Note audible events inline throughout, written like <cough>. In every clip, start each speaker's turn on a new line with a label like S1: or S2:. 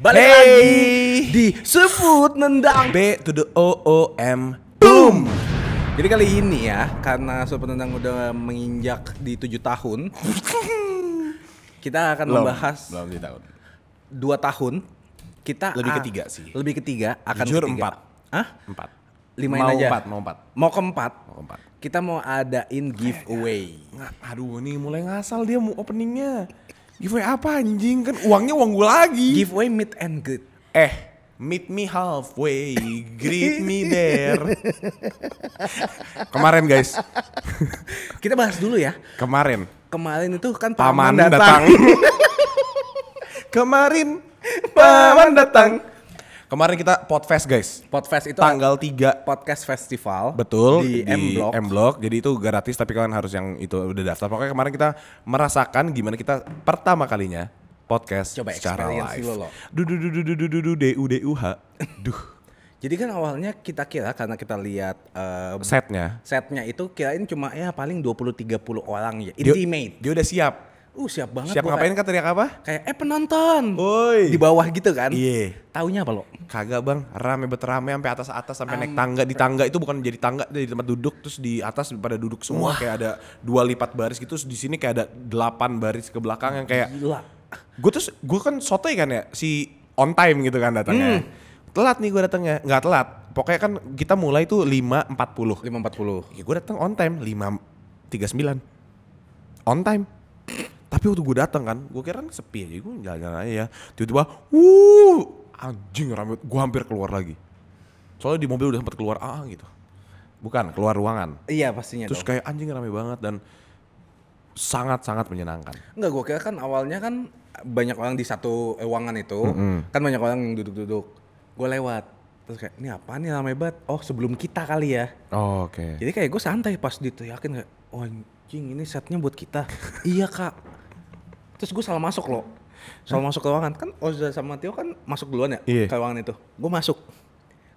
S1: Balik
S2: Hey.
S1: lagi disebut nendang.
S2: B to the O O M boom.
S1: Jadi kali ini ya, karena Super Nendang udah menginjak di 7
S2: <laughs>
S1: tahun, kita akan membahas
S2: belum di tahun.
S1: 2 tahun. Kita
S2: Lebih
S1: a-
S2: ketiga sih.
S1: Lebih ketiga akan
S2: Jujur
S1: ketiga.
S2: empat.
S1: Hah?
S2: Empat.
S1: Limain
S2: mau
S1: aja.
S2: Empat, mau empat.
S1: Mau keempat.
S2: Mau ya. empat.
S1: Kita mau adain giveaway.
S2: Nggak, aduh nih mulai ngasal dia mau openingnya. Giveaway apa anjing kan uangnya uang gue lagi.
S1: Giveaway meet and greet.
S2: eh meet me halfway, greet me there. <laughs> kemarin guys,
S1: Kita bahas dulu ya.
S2: kemarin
S1: Kemarin itu kan
S2: paman datang. <laughs> kemarin
S1: Paman datang.
S2: kemarin kita podcast guys.
S1: Podcast itu
S2: Tanggal 3
S1: podcast festival.
S2: Betul
S1: Di, M Block.
S2: Jadi itu gratis tapi kalian harus yang itu udah daftar. Pokoknya kemarin kita merasakan gimana kita pertama kalinya podcast
S1: Coba
S2: secara
S1: experience
S2: live.
S1: dulu lo.
S2: Du du du du du du du du du du h. Duh,
S1: Jadi kan awalnya kita kira karena kita lihat eh,
S2: setnya.
S1: setnya itu kirain cuma ya paling 20 30 orang ya.
S2: Dia-
S1: Intimate.
S2: Dia udah siap.
S1: Uh siap banget.
S2: siap
S1: gua
S2: ngapain
S1: kayak,
S2: kan teriak apa?
S1: kayak eh penonton.
S2: Woi.
S1: Di bawah gitu kan.
S2: Iya.
S1: Taunya apa lo?
S2: Kagak bang, rame bet rame sampai atas atas sampai naik tangga di tangga itu bukan jadi tangga jadi tempat duduk terus di atas pada duduk semua kayak ada dua lipat baris gitu terus di sini kayak ada delapan baris ke belakang yang kayak
S1: Gila.
S2: gue terus gue kan sotoy kan ya si on time gitu kan datangnya telat nih gue datangnya nggak telat pokoknya kan kita mulai tuh 5.40
S1: 540.
S2: ya gue datang on time 5.39 on time tapi waktu gue datang kan gue kira kan sepi aja gue jalan-jalan aja ya tiba-tiba wuh anjing rame gue hampir keluar lagi soalnya di mobil udah sempet keluar ah gitu bukan keluar ruangan
S1: Iya pastinya
S2: terus
S1: dong.
S2: kayak anjing rame banget dan sangat-sangat menyenangkan
S1: Enggak gue kira kan awalnya kan banyak orang di satu ruangan itu. Kan banyak orang yang duduk-duduk. Gue lewat. Terus kayak ini apa nih ramai banget. Oh sebelum kita kali ya.
S2: oke
S1: Jadi kayak gue santai pas diteriakin kayak, "Oh, anjing ini setnya buat
S2: <laughs>
S1: kita. iya kak. Terus gue salah masuk loh. Salah masuk ke ruangan. Kan Oza sama Tio kan masuk duluan ya
S2: Iya.
S1: ke ruangan itu. Gue masuk.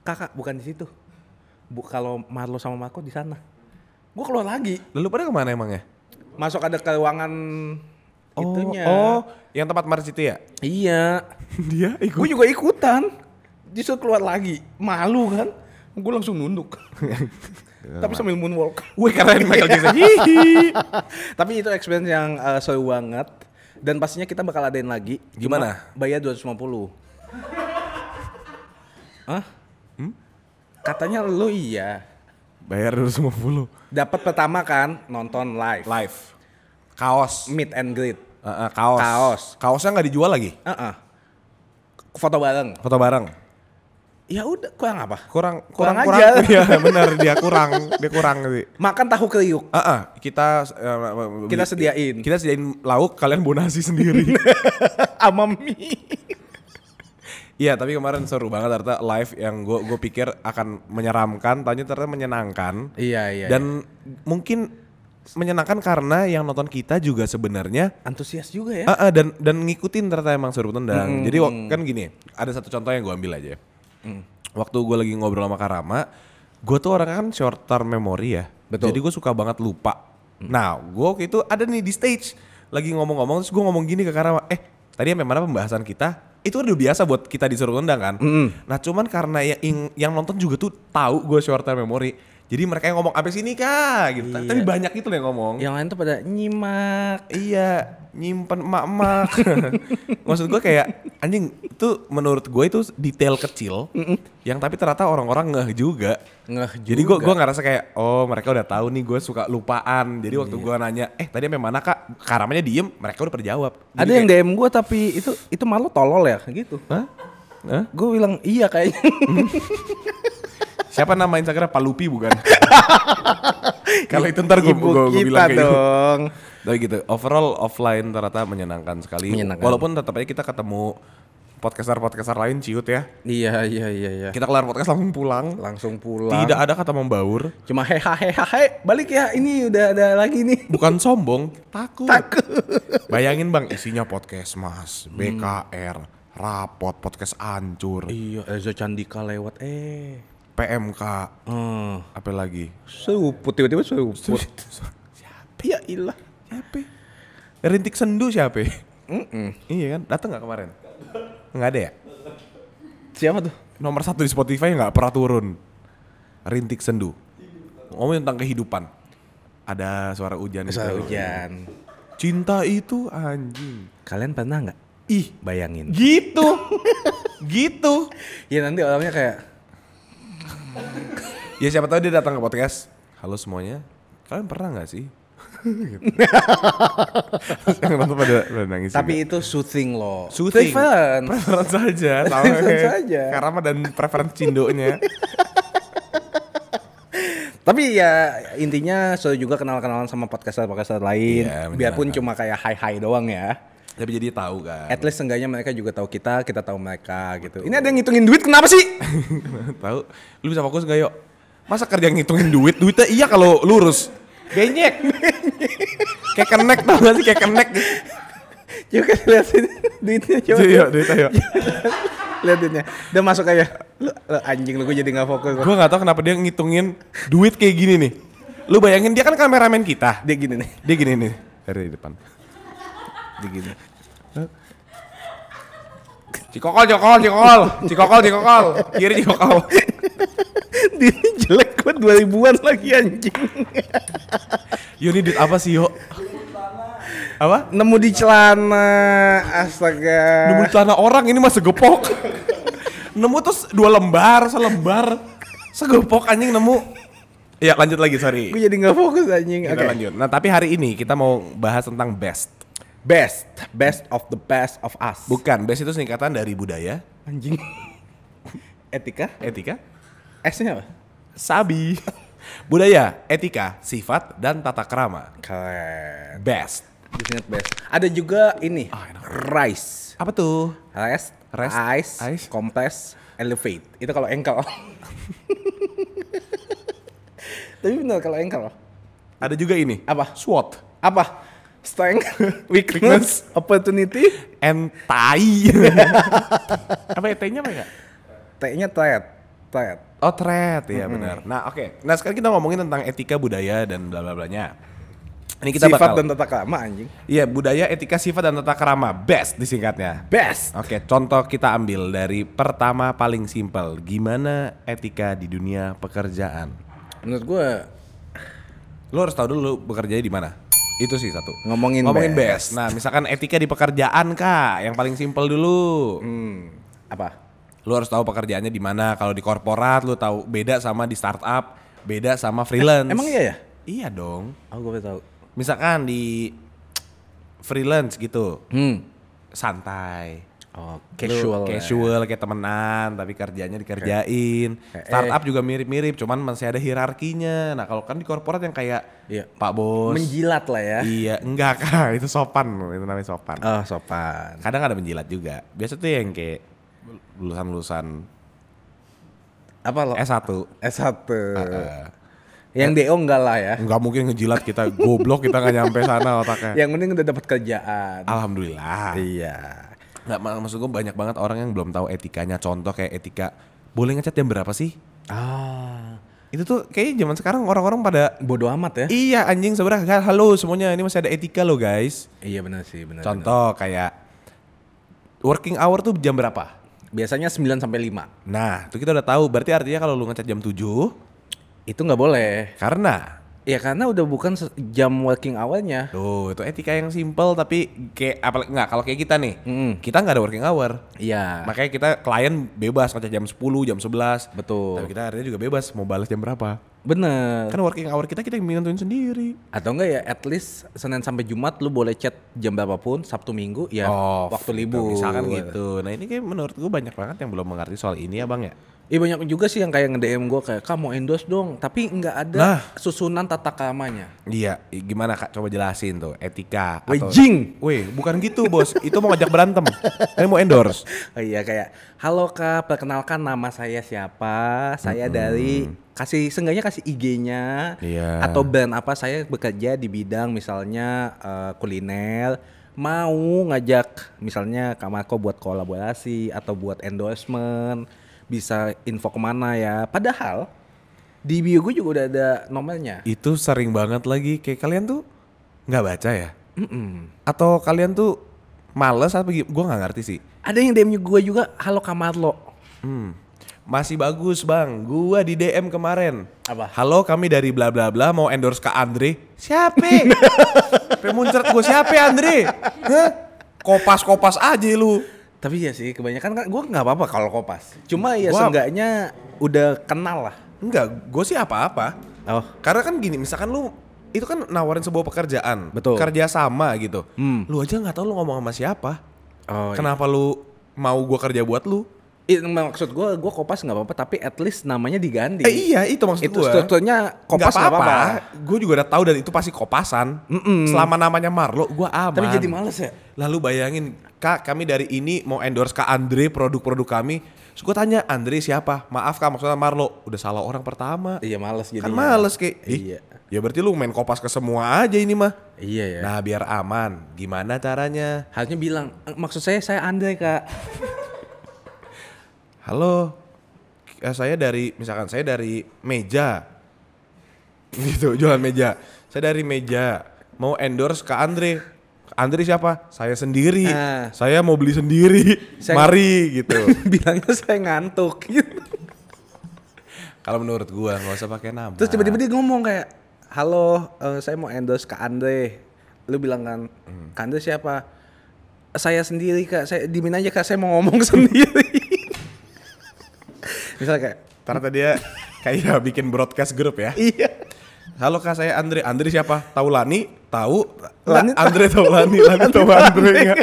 S1: Kakak bukan di situ. Bu, kalau Marlo sama Marco di sana. Gue keluar lagi.
S2: lalu pada kemana emangnya
S1: Masuk ada ke ruangan
S2: Oh,
S1: itunya.
S2: Oh, yang tempat Maris itu ya?
S1: Iya.
S2: Dia
S1: Gue juga ikutan. Disuruh keluar lagi. Malu kan. Gue langsung
S2: <laughs>
S1: nunduk. Tapi sambil moonwalk.
S2: Wih keren Michael
S1: <laughs>
S2: Jackson. Hihi.
S1: Tapi itu experience yang uh, seru banget dan pastinya kita bakal adain lagi.
S2: Gimana?
S1: Cuma Bayar 250. Hah?
S2: Hmm?
S1: Katanya lu iya.
S2: Bayar dulu semua puluh.
S1: Dapat pertama kan nonton live.
S2: Live. Kaos.
S1: Meet and greet.
S2: Eh, eh, kaos.
S1: Kaos.
S2: Kaosnya nggak dijual lagi.
S1: Heeh. Foto bareng.
S2: Foto bareng.
S1: Ya udah, kurang apa?
S2: Kurang
S1: Kurang
S2: kurang
S1: aja.
S2: kurang. <laughs> Iya benar dia kurang dia kurang sih.
S1: Makan tahu kriuk.
S2: Ah, ah, kita eh, beli-
S1: Kita sediain.
S2: Kita sediain lauk, kalian bonasi <laughs> sendiri.
S1: Sama mie.
S2: Iya, tapi kemarin seru banget ternyata live yang gue gue pikir akan menyeramkan, tanya ternyata menyenangkan.
S1: Iya, iya. Dan
S2: Dan mungkin menyenangkan karena yang nonton kita juga sebenarnya
S1: antusias juga ya. Hmm.
S2: Ah, ah, dan dan ngikutin ternyata emang suruh tendang. Jadi wak- kan gini, ada satu contoh yang gue ambil aja. Waktu gue lagi ngobrol sama Karama, gue tuh orangnya kan short term memory ya.
S1: Betul. Hmm.
S2: Jadi gue suka banget lupa. Nah, gue waktu itu ada nih di stage lagi ngomong-ngomong terus gue ngomong gini ke Karama, eh tadi sampai mana pembahasan kita? Itu udah biasa buat kita disuruh tendang kan.
S1: Hmm.
S2: Nah, cuman karena yang ing- yang nonton juga tuh tahu gue short term memory. Jadi mereka yang ngomong abis ini kak gitu.
S1: Iya.
S2: Tapi banyak itu loh yang ngomong.
S1: Yang lain tuh pada nyimak.
S2: Iya, nyimpen
S1: <laughs>
S2: emak-emak. Maksud gue kayak anjing itu menurut gue itu detail kecil yang tapi ternyata orang-orang ngeh juga.
S1: Ngeh
S2: Jadi gue gua ngerasa kayak oh mereka udah tahu nih gue suka lupaan. Jadi waktu
S1: Iya.
S2: gua nanya, "Eh, tadi sampai mana, Kak?" Karamanya diem, mereka udah perjawab.
S1: Ada yang DM gue tapi itu itu malu tolol ya gitu.
S2: Hah? Hah?
S1: Gue bilang iya kayaknya.
S2: Siapa nama Instagram Palupi
S1: <laughs>
S2: bukan? Kalau itu ntar gue
S1: Ibu kita
S2: bilang kayak gitu.
S1: dong.
S2: Tapi gitu, overall offline ternyata menyenangkan sekali.
S1: Menyenangkan.
S2: Walaupun tetap aja kita ketemu podcaster-podcaster lain ciut ya.
S1: Iya iya iya iya.
S2: Kita kelar podcast langsung pulang.
S1: Langsung pulang.
S2: Tidak ada kata membaur.
S1: Cuma heha heha he. Balik ya ini udah ada lagi nih.
S2: Bukan sombong, takut. Bayangin bang, isinya podcast mas, BKR, rapot, podcast ancur,
S1: Iya Eza Candika lewat eh.
S2: PMK,
S1: Hmm.
S2: apa lagi?
S1: Seruput tiba-tiba seruput. ya ilah.
S2: Siapa? Rintik sendu siapa? Iya kan, datang nggak kemarin? Nggak ada ya?
S1: Siapa tuh?
S2: nomor satu di Spotify nggak pernah turun. Rintik Sendu. Ngomongin tentang kehidupan. Ada suara hujan.
S1: Soal
S2: gitu.
S1: hujan.
S2: Cinta itu anjing.
S1: Kalian pernah nggak?
S2: Ih,
S1: Bayangin.
S2: gitu. <laughs> gitu.
S1: Ya nanti orangnya kayak
S2: Ya siapa tahu dia datang ke podcast. Halo semuanya. Kalian pernah nggak
S1: <laughs>
S2: sih? Gitu. Terus Yang nonton pada pada nangis.
S1: tapi itu soothing loh.
S2: Soothing.
S1: Preference.
S2: Preference saja.
S1: <laughs>
S2: tahu.
S1: Preference saja.
S2: Karama dan preference cindonya.
S1: Tapi ya intinya saya juga kenal-kenalan sama podcaster-podcaster lain.
S2: Iya,
S1: biarpun
S2: menyenangkan.
S1: cuma kayak hai-hai doang ya.
S2: Tapi jadi tahu kan.
S1: At least seenggaknya mereka juga tahu kita, kita tahu mereka gitu. Ini ada yang ngitungin duit kenapa
S2: <laughs>
S1: sih?
S2: tahu. Lu bisa fokus gak yuk? Masa kerja ngitungin duit? Duitnya iya kalau lurus. Benyek. kayak kenek tau gak sih? Kayak kenek.
S1: Coba kasih lihat sini duitnya coba.
S2: Jadi yuk iya, duitnya yuk.
S1: lihat duitnya. Udah masuk aja. Lu, lu anjing lu gue jadi nggak fokus.
S2: Gue gak tau kenapa dia ngitungin duit kayak gini nih. Lu bayangin dia kan kameramen kita.
S1: Dia gini nih.
S2: Dia gini nih, dari depan.
S1: Dia gini.
S2: Cikokol, cikokol, cikokol, cikokol, cikokol, kiri cikokol.
S1: <laughs> Dia ini jelek banget dua ribuan lagi anjing.
S2: Yo ini duit apa sih yo? Apa?
S1: Nemu di celana. Astaga.
S2: Nemu celana orang ini mah segepok. nemu terus dua lembar, selembar. Segepok anjing nemu. Ya lanjut lagi, sorry.
S1: Gue jadi nggak fokus anjing.
S2: Kita
S1: Oke.
S2: lanjut. Nah tapi hari ini kita mau bahas tentang best.
S1: Best, best of the best of us.
S2: Bukan, best itu singkatan dari budaya,
S1: Anjing. <laughs> Etika?
S2: etika,
S1: S-nya apa?
S2: sabi. budaya, etika, sifat, dan tata kerama.
S1: Keren.
S2: Best.
S1: Definite best. Ada juga ini.
S2: Ah, enak.
S1: Rice.
S2: Apa tuh?
S1: Rest,
S2: Rest,
S1: ice,
S2: ice.
S1: compress, elevate. Itu kalau engkel. <laughs> Tapi benar kalau engkel.
S2: Ada juga ini.
S1: Apa?
S2: SWOT.
S1: Apa? Strength, <laughs> weakness, <laughs> opportunity.
S2: Entai. <laughs> apa ya? T-nya apa ya?
S1: T-nya threat. Threat.
S2: Oh, thread. Iya benar. Nah, oke. Nah, sekarang kita ngomongin tentang etika budaya dan bla bla blanya. Ini kita
S1: Sifat
S2: bakal
S1: dan tata krama anjing.
S2: Iya, budaya, etika, sifat dan tata kerama. Best disingkatnya.
S1: Best.
S2: Oke, contoh kita ambil dari pertama paling simpel, gimana etika di dunia pekerjaan.
S1: Menurut gue
S2: Lo harus tahu dulu bekerja di mana. Itu sih satu.
S1: Ngomongin
S2: Ngomongin
S1: best.
S2: best. Nah, misalkan etika di pekerjaan, Kak, yang paling simpel dulu.
S1: hmm, apa?
S2: Lo harus tahu pekerjaannya di mana. Kalau di korporat lo tahu beda sama di startup, beda sama freelance.
S1: Emang iya ya?
S2: Iya dong.
S1: Aku gue tahu.
S2: Misalkan di freelance gitu,
S1: Hmm.
S2: santai.
S1: Oh,
S2: Lu
S1: casual. ya.
S2: casual kayak temenan tapi kerjanya dikerjain
S1: Kayak-
S2: startup juga mirip-mirip cuman masih ada hierarkinya nah kalau kan di korporat yang kayak
S1: Iya.
S2: pak bos
S1: Menjilat lah ya.
S2: iya enggak <laughs> kan itu sopan itu namanya sopan
S1: Oh, sopan.
S2: kadang ada menjilat juga biasa tuh yang kayak lulusan-lulusan
S1: Apa lo?
S2: S1
S1: S1.
S2: Eh,
S1: Yang DO enggak lah ya.
S2: nggak mungkin ngejilat kita goblok kita nggak nyampe sana otaknya
S1: Yang penting udah dapat kerjaan.
S2: alhamdulillah
S1: Iya.
S2: nggak mak- maksud gue banyak banget orang yang belum tahu etikanya contoh kayak etika boleh ngecat jam berapa sih
S1: Ah,
S2: itu tuh kayaknya zaman sekarang orang-orang pada
S1: bodoh amat ya?
S2: Iya anjing sebenarnya Kan, halo semuanya ini masih ada etika loh guys.
S1: Iya benar sih, benar.
S2: Contoh kayak working hour tuh jam berapa?
S1: Biasanya 9 sampai 5.
S2: Nah, itu kita udah tahu. Berarti artinya kalau lu ngecat jam 7
S1: Itu nggak boleh.
S2: karena
S1: Ya karena udah bukan se- jam working awalnya.
S2: tuh itu etika yang simple tapi kayak apalagi nggak kalau kayak kita nih.
S1: Mm-mm.
S2: Kita nggak ada working hour.
S1: Iya.
S2: Ah. Makanya kita klien bebas ngecat jam 10, jam 11. Tapi
S1: Betul.
S2: kita artinya juga bebas mau balas jam berapa.
S1: Bener.
S2: Kan working hour kita kita yang nentuin sendiri.
S1: Atau enggak ya at least Senin sampai Jumat lu boleh chat jam berapapun, Sabtu Minggu ya
S2: Off,
S1: waktu
S2: gitu,
S1: libur.
S2: Misalkan gitu. Nah, ini kayak menurut gue banyak banget yang belum mengerti soal ini ya, Bang ya.
S1: Iya banyak juga sih yang kayak nge-DM gue kayak kamu endorse dong, tapi nggak ada
S2: Nah.
S1: susunan tata kramanya.
S2: Iya, i- gimana kak? Coba jelasin tuh etika. atau-
S1: Wejing.
S2: Weh, bukan gitu bos. Itu mau ngajak <laughs> berantem. Ini mau endorse.
S1: Oh iya kayak halo kak, perkenalkan nama saya siapa, saya dari kasih seenggaknya kasih IG-nya
S2: Iya.
S1: atau brand apa saya bekerja di bidang misalnya eh, kuliner mau ngajak misalnya Kak Marco buat kolaborasi atau buat endorsement bisa info kemana ya padahal di bio gue juga udah ada nomornya
S2: Itu sering banget lagi. Kayak kalian tuh nggak baca ya? Atau kalian tuh males apa gitu? Gue nggak ngerti sih.
S1: Ada yang DM gue juga, halo Kamarlo.
S2: Hmm. Masih bagus bang, gua di DM kemarin.
S1: Apa?
S2: Halo kami dari bla bla bla mau endorse ke Andre.
S1: <laughs>
S2: Siapa? Pemuncrat gua siapa Andre? Hah? Kopas-kopas aja lu.
S1: Tapi ya sih kebanyakan kan gue nggak apa-apa kalau kopas. Cuma ya
S2: Gua-
S1: seenggaknya udah kenal lah.
S2: Enggak, gue sih apa-apa.
S1: Oh.
S2: Karena kan gini, misalkan lu itu kan nawarin sebuah pekerjaan,
S1: Betul.
S2: kerja sama gitu.
S1: Hmm.
S2: Lu aja nggak tahu lu ngomong sama siapa.
S1: Oh,
S2: Kenapa lu mau gua kerja buat lu?
S1: Iya, maksud gue, gue kopas nggak apa-apa, tapi at least namanya diganti.
S2: Eh iya, itu maksud
S1: itu
S2: gua.
S1: sebetulnya
S2: Nggak
S1: kopas nggak apa-apa.
S2: Gue juga udah tahu dan itu pasti kopasan. Selama namanya Marlo, gue aman.
S1: Tapi jadi males ya?
S2: Lalu bayangin, kak kami dari ini mau endorse kak Andre produk-produk kami. Terus gue tanya, Andre siapa? Maaf kak, maksudnya Marlo. Udah salah orang pertama.
S1: Iya males jadi.
S2: kan males kayak. Ih,
S1: Iya.
S2: Ya berarti lu main kopas ke semua aja ini mah.
S1: Iya ya.
S2: Nah biar aman, gimana caranya?
S1: Harusnya bilang, "Eh, maksud saya saya Andre kak. <laughs>
S2: Halo, eh, saya dari, misalkan saya dari meja. Gitu, jualan meja. Saya dari meja, mau endorse ke Andre. Andre siapa? Saya sendiri.
S1: Ah.
S2: Saya mau beli sendiri.
S1: Saya-
S2: Mari gitu.
S1: Bilangnya saya ngantuk. Gitu.
S2: Kalau menurut gua nggak usah pakai nama.
S1: Terus tiba-tiba dia ngomong kayak, halo, eh, saya mau endorse kak Andre. Lu bilang kan, kak Andre siapa? Saya sendiri kak, saya dimin aja kak, saya mau ngomong <laughs> sendiri. Misalnya kayak,
S2: Ternyata dia ya, kayak bikin broadcast grup ya.
S1: iya.
S2: Halo kak saya Andre. Andre siapa? Tahu Lani? Tahu?
S1: Lani
S2: La- Andre tahu Lani. Lani tahu Andre enggak?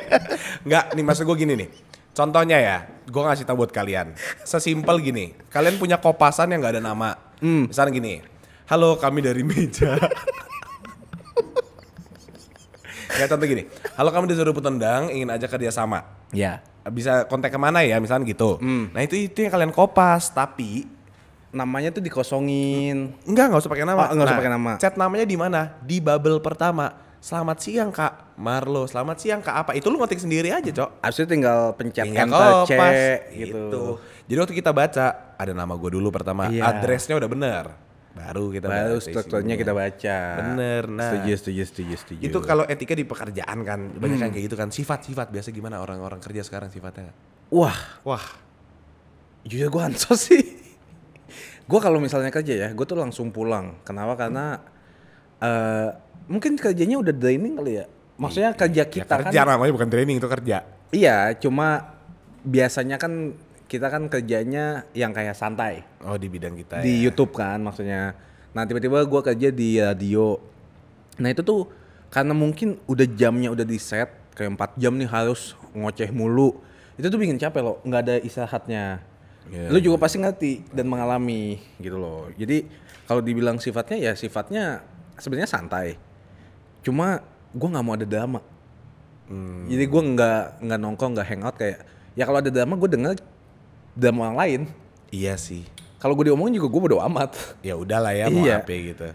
S2: Enggak, nih maksud gue gini nih. Contohnya ya, gue ngasih tahu buat kalian. Sesimpel gini, kalian punya kopasan yang nggak ada nama. Misalnya gini, halo kami dari meja. ya contoh gini, halo kami dari Sudut Tendang ingin ajak kerja sama
S1: Ya.
S2: bisa kontak kemana ya misalnya gitu. Nah itu itu yang kalian kopas tapi
S1: Namanya tuh dikosongin.
S2: enggak nggak usah pakai nama.
S1: Oh, nggak usah
S2: Nah,
S1: pakai nama.
S2: Chat namanya di mana? Di bubble pertama. Selamat siang kak Marlo. Selamat siang kak apa? Itu lu ngetik sendiri aja cok.
S1: Abis itu tinggal pencet
S2: Tinggal
S1: enter C
S2: kopas,
S1: gitu.
S2: Jadi waktu kita baca ada nama gue dulu pertama.
S1: Iya.
S2: Addressnya udah bener. Baru kita
S1: Baru
S2: baca
S1: strukturnya
S2: isinya.
S1: kita baca.
S2: Bener, nah.
S1: Setuju, setuju, setuju, setuju. Hmm.
S2: Itu kalau etika di pekerjaan kan banyak yang kayak gitu kan. Sifat-sifat biasa gimana orang-orang kerja sekarang sifatnya?
S1: Wah,
S2: Wah
S1: jujur gue ansos sih. <laughs> gue kalau misalnya kerja ya, gue tuh langsung pulang. Kenapa? Karena eh mungkin kerjanya udah draining kali ya. Maksudnya kerja
S2: ya
S1: kita
S2: kerja
S1: kan.
S2: namanya bukan training itu kerja.
S1: Iya, cuma biasanya kan kita kan kerjanya yang kayak santai.
S2: Oh di bidang kita
S1: di
S2: ya.
S1: YouTube kan maksudnya. Nah tiba-tiba gua kerja di radio. Nah itu tuh karena mungkin udah jamnya udah di set kayak empat jam nih harus ngoceh mulu. Itu tuh bikin capek loh, nggak ada istirahatnya.
S2: Iya,
S1: Lu juga pasti ngerti dan mengalami gitu loh. Jadi kalau dibilang sifatnya ya sifatnya sebenarnya santai. Cuma gua nggak mau ada drama.
S2: Hmm.
S1: Jadi gua nggak nggak nongkrong nggak hangout kayak ya kalau ada drama gue denger drama orang lain.
S2: Iya sih.
S1: Kalau gue diomongin juga gue bodo amat. <laughs>
S2: Ya udahlah ya mau
S1: Iya.
S2: apa gitu.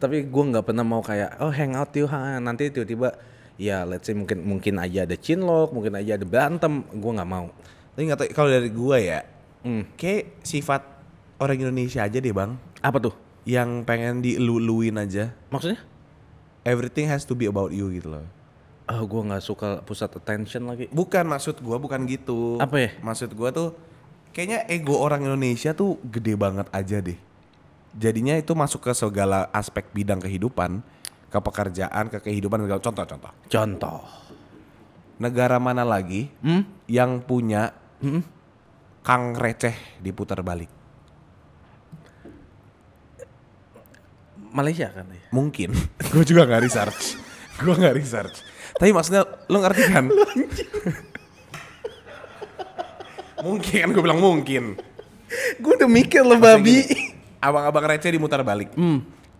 S1: tapi gue nggak pernah mau kayak oh hangout yuk ha, nanti tiba-tiba ya let's say mungkin mungkin aja ada chinlock mungkin aja ada berantem gue nggak mau
S2: Tapi nggak tahu kalau dari gua ya,
S1: Hmm.
S2: kayak sifat orang Indonesia aja deh bang,
S1: apa tuh
S2: yang pengen dieluluin aja.
S1: maksudnya
S2: Everything has to be about you gitu loh.
S1: oh gue nggak suka pusat attention lagi
S2: Bukan maksud gua bukan gitu.
S1: Apa ya?
S2: Maksud gua tuh kayaknya ego orang Indonesia tuh gede banget aja deh. Jadinya itu masuk ke segala aspek bidang kehidupan, ke pekerjaan, ke kehidupan segala contoh-contoh.
S1: contoh
S2: negara mana lagi
S1: Hmm?
S2: yang punya kang receh diputar balik?
S1: Malaysia kan <laughs> ya
S2: <laughs> Mungkin. gue juga nggak research. gue nggak research. Tapi maksudnya lo ngerti kan? <laughs> mungkin kan gue bilang mungkin.
S1: gue udah mikir lo
S2: Maksudnya gini, Abang-abang receh dimutar balik.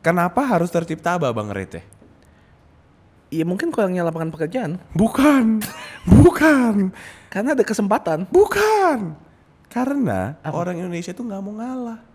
S2: Kenapa harus tercipta abang receh?
S1: iya mungkin kurangnya lapangan pekerjaan
S2: Bukan, <laughs> bukan,
S1: karena ada kesempatan
S2: bukan. Karena orang Indonesia tuh nggak mau ngalah.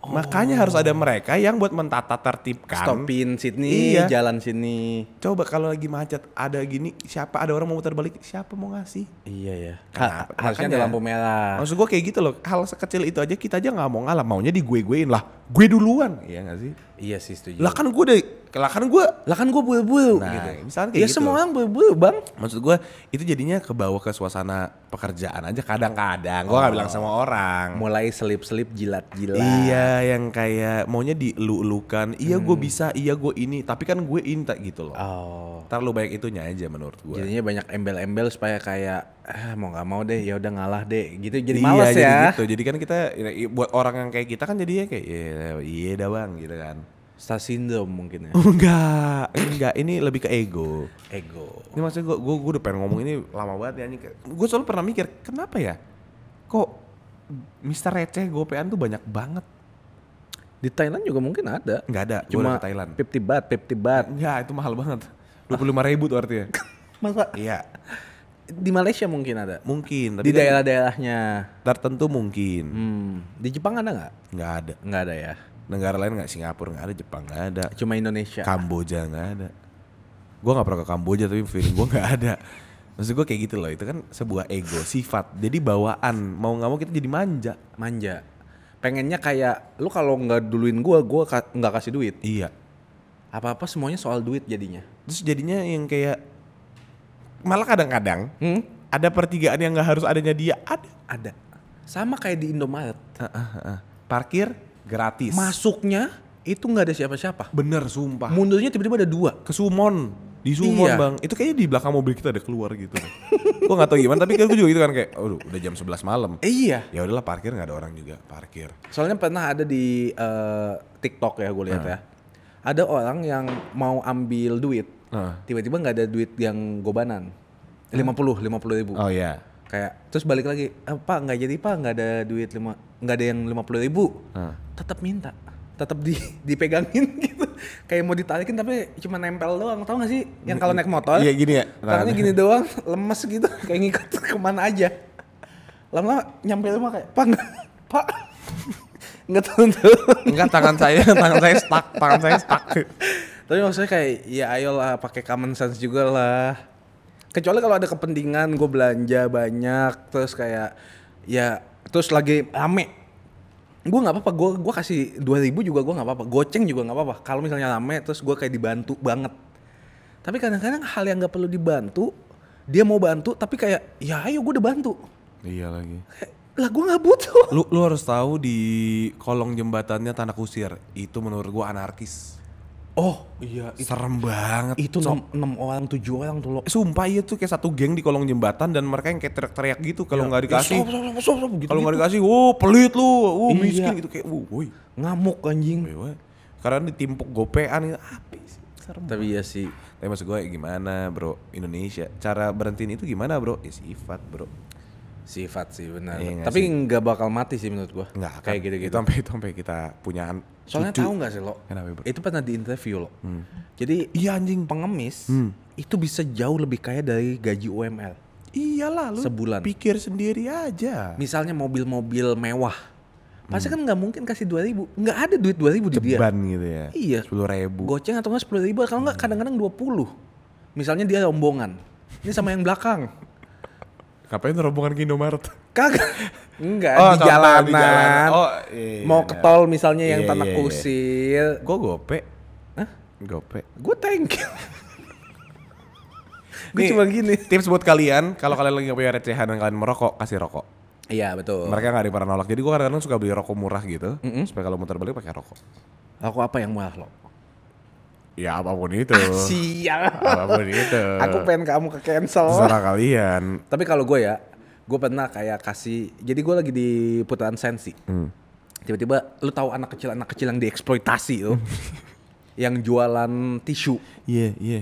S2: Oh. Makanya harus ada mereka yang buat mentata
S1: Kan?
S2: tertibkan.
S1: stopin sini
S2: Iya.
S1: jalan sini
S2: Coba kalau lagi macet ada gini, siapa ada orang mau putar balik, siapa mau ngasih?
S1: iya ya
S2: Kenapa?
S1: harusnya ada
S2: Makanya.
S1: lampu merah
S2: Maksud gua kayak gitu loh, hal sekecil itu aja kita aja nggak mau ngalah, maunya digue-guein lah. gue duluan iya gak sih
S1: Iya sih setuju.
S2: lah kan gue udah lah kan gue
S1: Lah kan gue bul-bul
S2: Nah,
S1: gitu.
S2: misalnya kayak
S1: ya
S2: gitu.
S1: semua orang bul-bul bang.
S2: maksud gue itu jadinya kebawa ke suasana pekerjaan aja kadang-kadang gue gak bilang sama orang
S1: Mulai selip-selip jilat-jilat.
S2: Iya yang kayak maunya dielu-elukan. Iya gue bisa, iya gue ini. Tapi kan gue ini tak gitu loh.
S1: Oh.
S2: Terlalu banyak itunya aja menurut gue.
S1: Jadinya banyak embel-embel supaya kayak ah mau nggak mau deh ya udah ngalah deh gitu jadi
S2: iya,
S1: malas
S2: jadi
S1: ya.
S2: gitu. Jadi kan kita ya, i- buat orang yang kayak kita kan jadinya kayak iya, iya dah bang gitu
S1: <laughs>
S2: kan.
S1: Star syndrome mungkin ya.
S2: Enggak, enggak. Ini lebih ke ego.
S1: Ego.
S2: Ini maksudnya gue gue udah pengen ngomong ini lama banget ya anjing. Gue selalu pernah mikir kenapa ya kok Mister receh gopean tuh banyak banget.
S1: Di Thailand juga mungkin ada.
S2: Enggak ada. Gua
S1: Cuma
S2: udah ke Thailand.
S1: 50 baht, 50 baht.
S2: Enggak, itu mahal
S1: <laughs>
S2: banget. 25 ribu tuh artinya.
S1: Masa
S2: Iya.
S1: di Malaysia mungkin ada.
S2: Mungkin. tapi
S1: Di
S2: kan-
S1: daerah-daerahnya.
S2: tertentu mungkin
S1: Hmm. Di Jepang ada nggak?
S2: nggak ada
S1: Nggak ada ya.
S2: negara lain nggak Singapura nggak ada Jepang nggak ada
S1: Cuma
S2: Ya.
S1: Indonesia.
S2: Kamboja nggak ada gue nggak pernah ke Kamboja tapi feeling gue nggak ada maksud gue kayak gitu loh itu kan sebuah ego sifat jadi bawaan mau nggak mau kita jadi manja
S1: Manja. Pengennya kayak lu kalau nggak duluin gua, gua ka- nggak kasih duit.
S2: iya
S1: Apa-apa semuanya soal duit jadinya.
S2: terus jadinya yang kayak malah kadang-kadang
S1: Hmm?
S2: ada pertigaan yang nggak harus adanya dia ada
S1: Ada. Sama kayak di Indomaret.
S2: parkir gratis
S1: Masuknya itu nggak ada siapa-siapa.
S2: bener sumpah
S1: Mundurnya tiba-tiba ada dua.
S2: ke Sumon di Sumon
S1: Iya.
S2: bang itu kayaknya di belakang mobil kita ada keluar gitu <laughs> gue nggak tahu gimana tapi kan gue juga gitu kan kayak aduh udah jam 11 malam
S1: Eh, iya.
S2: ya udahlah parkir nggak ada orang juga parkir
S1: Soalnya pernah ada di eh, TikTok ya gue lihat ya. Ada orang yang mau ambil duit.
S2: Heeh.
S1: Tiba-tiba nggak ada duit yang gobanan. Hmm. 50, 50 ribu.
S2: oh ya
S1: Kayak terus balik lagi, "Eh, Pak nggak jadi Pak nggak ada duit lima nggak ada yang 50 ribu.
S2: Heeh.
S1: Tetap minta, tetap di, <laughs> dipegangin gitu. Kayak mau ditarikin tapi cuma nempel doang. Tahu nggak sih yang kalau naik motor?
S2: Iya, gini ya?
S1: Oh, Tangannya
S2: Tangan.
S1: gini doang, lemes gitu <laughs> kayak ngikut kemana aja. Lama-lama nyampe rumah kayak, "Pak, nggak- Pak." <laughs> Nggak turun-turun.
S2: <laughs> enggak tangan saya <laughs> tangan saya stuck tangan saya stuck
S1: Tapi maksudnya kayak ya ayolah pakai common sense juga lah. Kecuali kalau ada kepentingan gue belanja banyak terus kayak ya terus lagi rame. Gue nggak apa-apa, gue gua kasih 2000 juga gue nggak apa-apa, goceng juga nggak apa-apa. Kalau misalnya rame terus gue kayak dibantu banget. Tapi kadang-kadang hal yang nggak perlu dibantu, dia mau bantu tapi kayak ya ayo gue udah bantu.
S2: iya lagi
S1: Kayak, Lah gue nggak butuh.
S2: lu lu harus tahu di kolong jembatannya tanah kusir itu menurut gue anarkis
S1: Oh iya
S2: serem banget
S1: itu
S2: Sok.
S1: enam enam orang tujuh orang tuh lo.
S2: sumpah iya tuh kayak satu geng di kolong jembatan dan mereka yang kayak teriak-teriak gitu kalau nggak
S1: Sob,
S2: dikasih
S1: sob, sob, sob, sob, Iya. gitu.
S2: kalau nggak dikasih wow pelit lu wow miskin
S1: Iya.
S2: gitu kayak wow woi
S1: ngamuk anjing.
S2: woi, woi. karena ditimpuk gopean gitu habis serem
S1: Tapi ya sih
S2: Tapi maksud gue gimana bro Indonesia Cara berhentiin itu gimana bro Ya sifat bro
S1: sifat sih benar.
S2: Iya nggak
S1: Tapi nggak bakal mati sih menurut gua.
S2: Nggak kan. akan.
S1: kayak gitu-gitu.
S2: Itu sampai, itu sampai kita punya an-
S1: Soalnya
S2: cucu.
S1: tahu nggak sih lo?
S2: Kenapa, Bro?
S1: Itu pernah di interview lo. Jadi
S2: Iya anjing
S1: pengemis
S2: Hmm.
S1: itu bisa jauh lebih kaya dari gaji UML.
S2: Iyalah lu
S1: Sebulan.
S2: pikir sendiri aja
S1: Misalnya mobil-mobil mewah. Pasti
S2: Hmm.
S1: kan nggak mungkin kasih 2000. nggak ada duit 2000 di dia.
S2: Ban gitu ya
S1: Iya.
S2: 10 ribu
S1: Goceng atau nggak 10 ribu kalau nggak
S2: Hmm.
S1: kadang-kadang 20. Misalnya dia rombongan. Ini sama yang belakang.
S2: Ngapain tuh rombongan ke Indomaret <laughs>
S1: Kagak. Enggak,
S2: Oh,
S1: Eh, di
S2: contoh, di
S1: jalanan.
S2: jalanan. Oh, iya,
S1: mau ke
S2: benar.
S1: tol misalnya yang
S2: Iya,
S1: tanah
S2: iya, iya.
S1: kusir.
S2: Gue gope
S1: Hah?
S2: Gope
S1: Gue thank you. Gue
S2: Nih,
S1: cuma gini.
S2: <laughs> Tips buat kalian Kalau kalian lagi nggak punya recehan dan kalian merokok Kasih rokok
S1: <laughs> Iya betul.
S2: Mereka nggak ada yang pernah nolak Jadi gue kadang-kadang suka beli rokok murah gitu Supaya kalau muter balik pakai
S1: <laughs>
S2: rokok
S1: Aku apa yang murah lo?
S2: Ya apapun itu
S1: Sial. <laughs>
S2: Apapun itu
S1: Aku pengen kamu ke cancel.
S2: Terserah kalian
S1: Tapi kalau gue ya, gue pernah kayak kasih. Jadi gue lagi di putaran sensi. Tiba-tiba lu tahu anak kecil anak kecil yang dieksploitasi <laughs> tuh. yang jualan tisu.
S2: Iya, iya.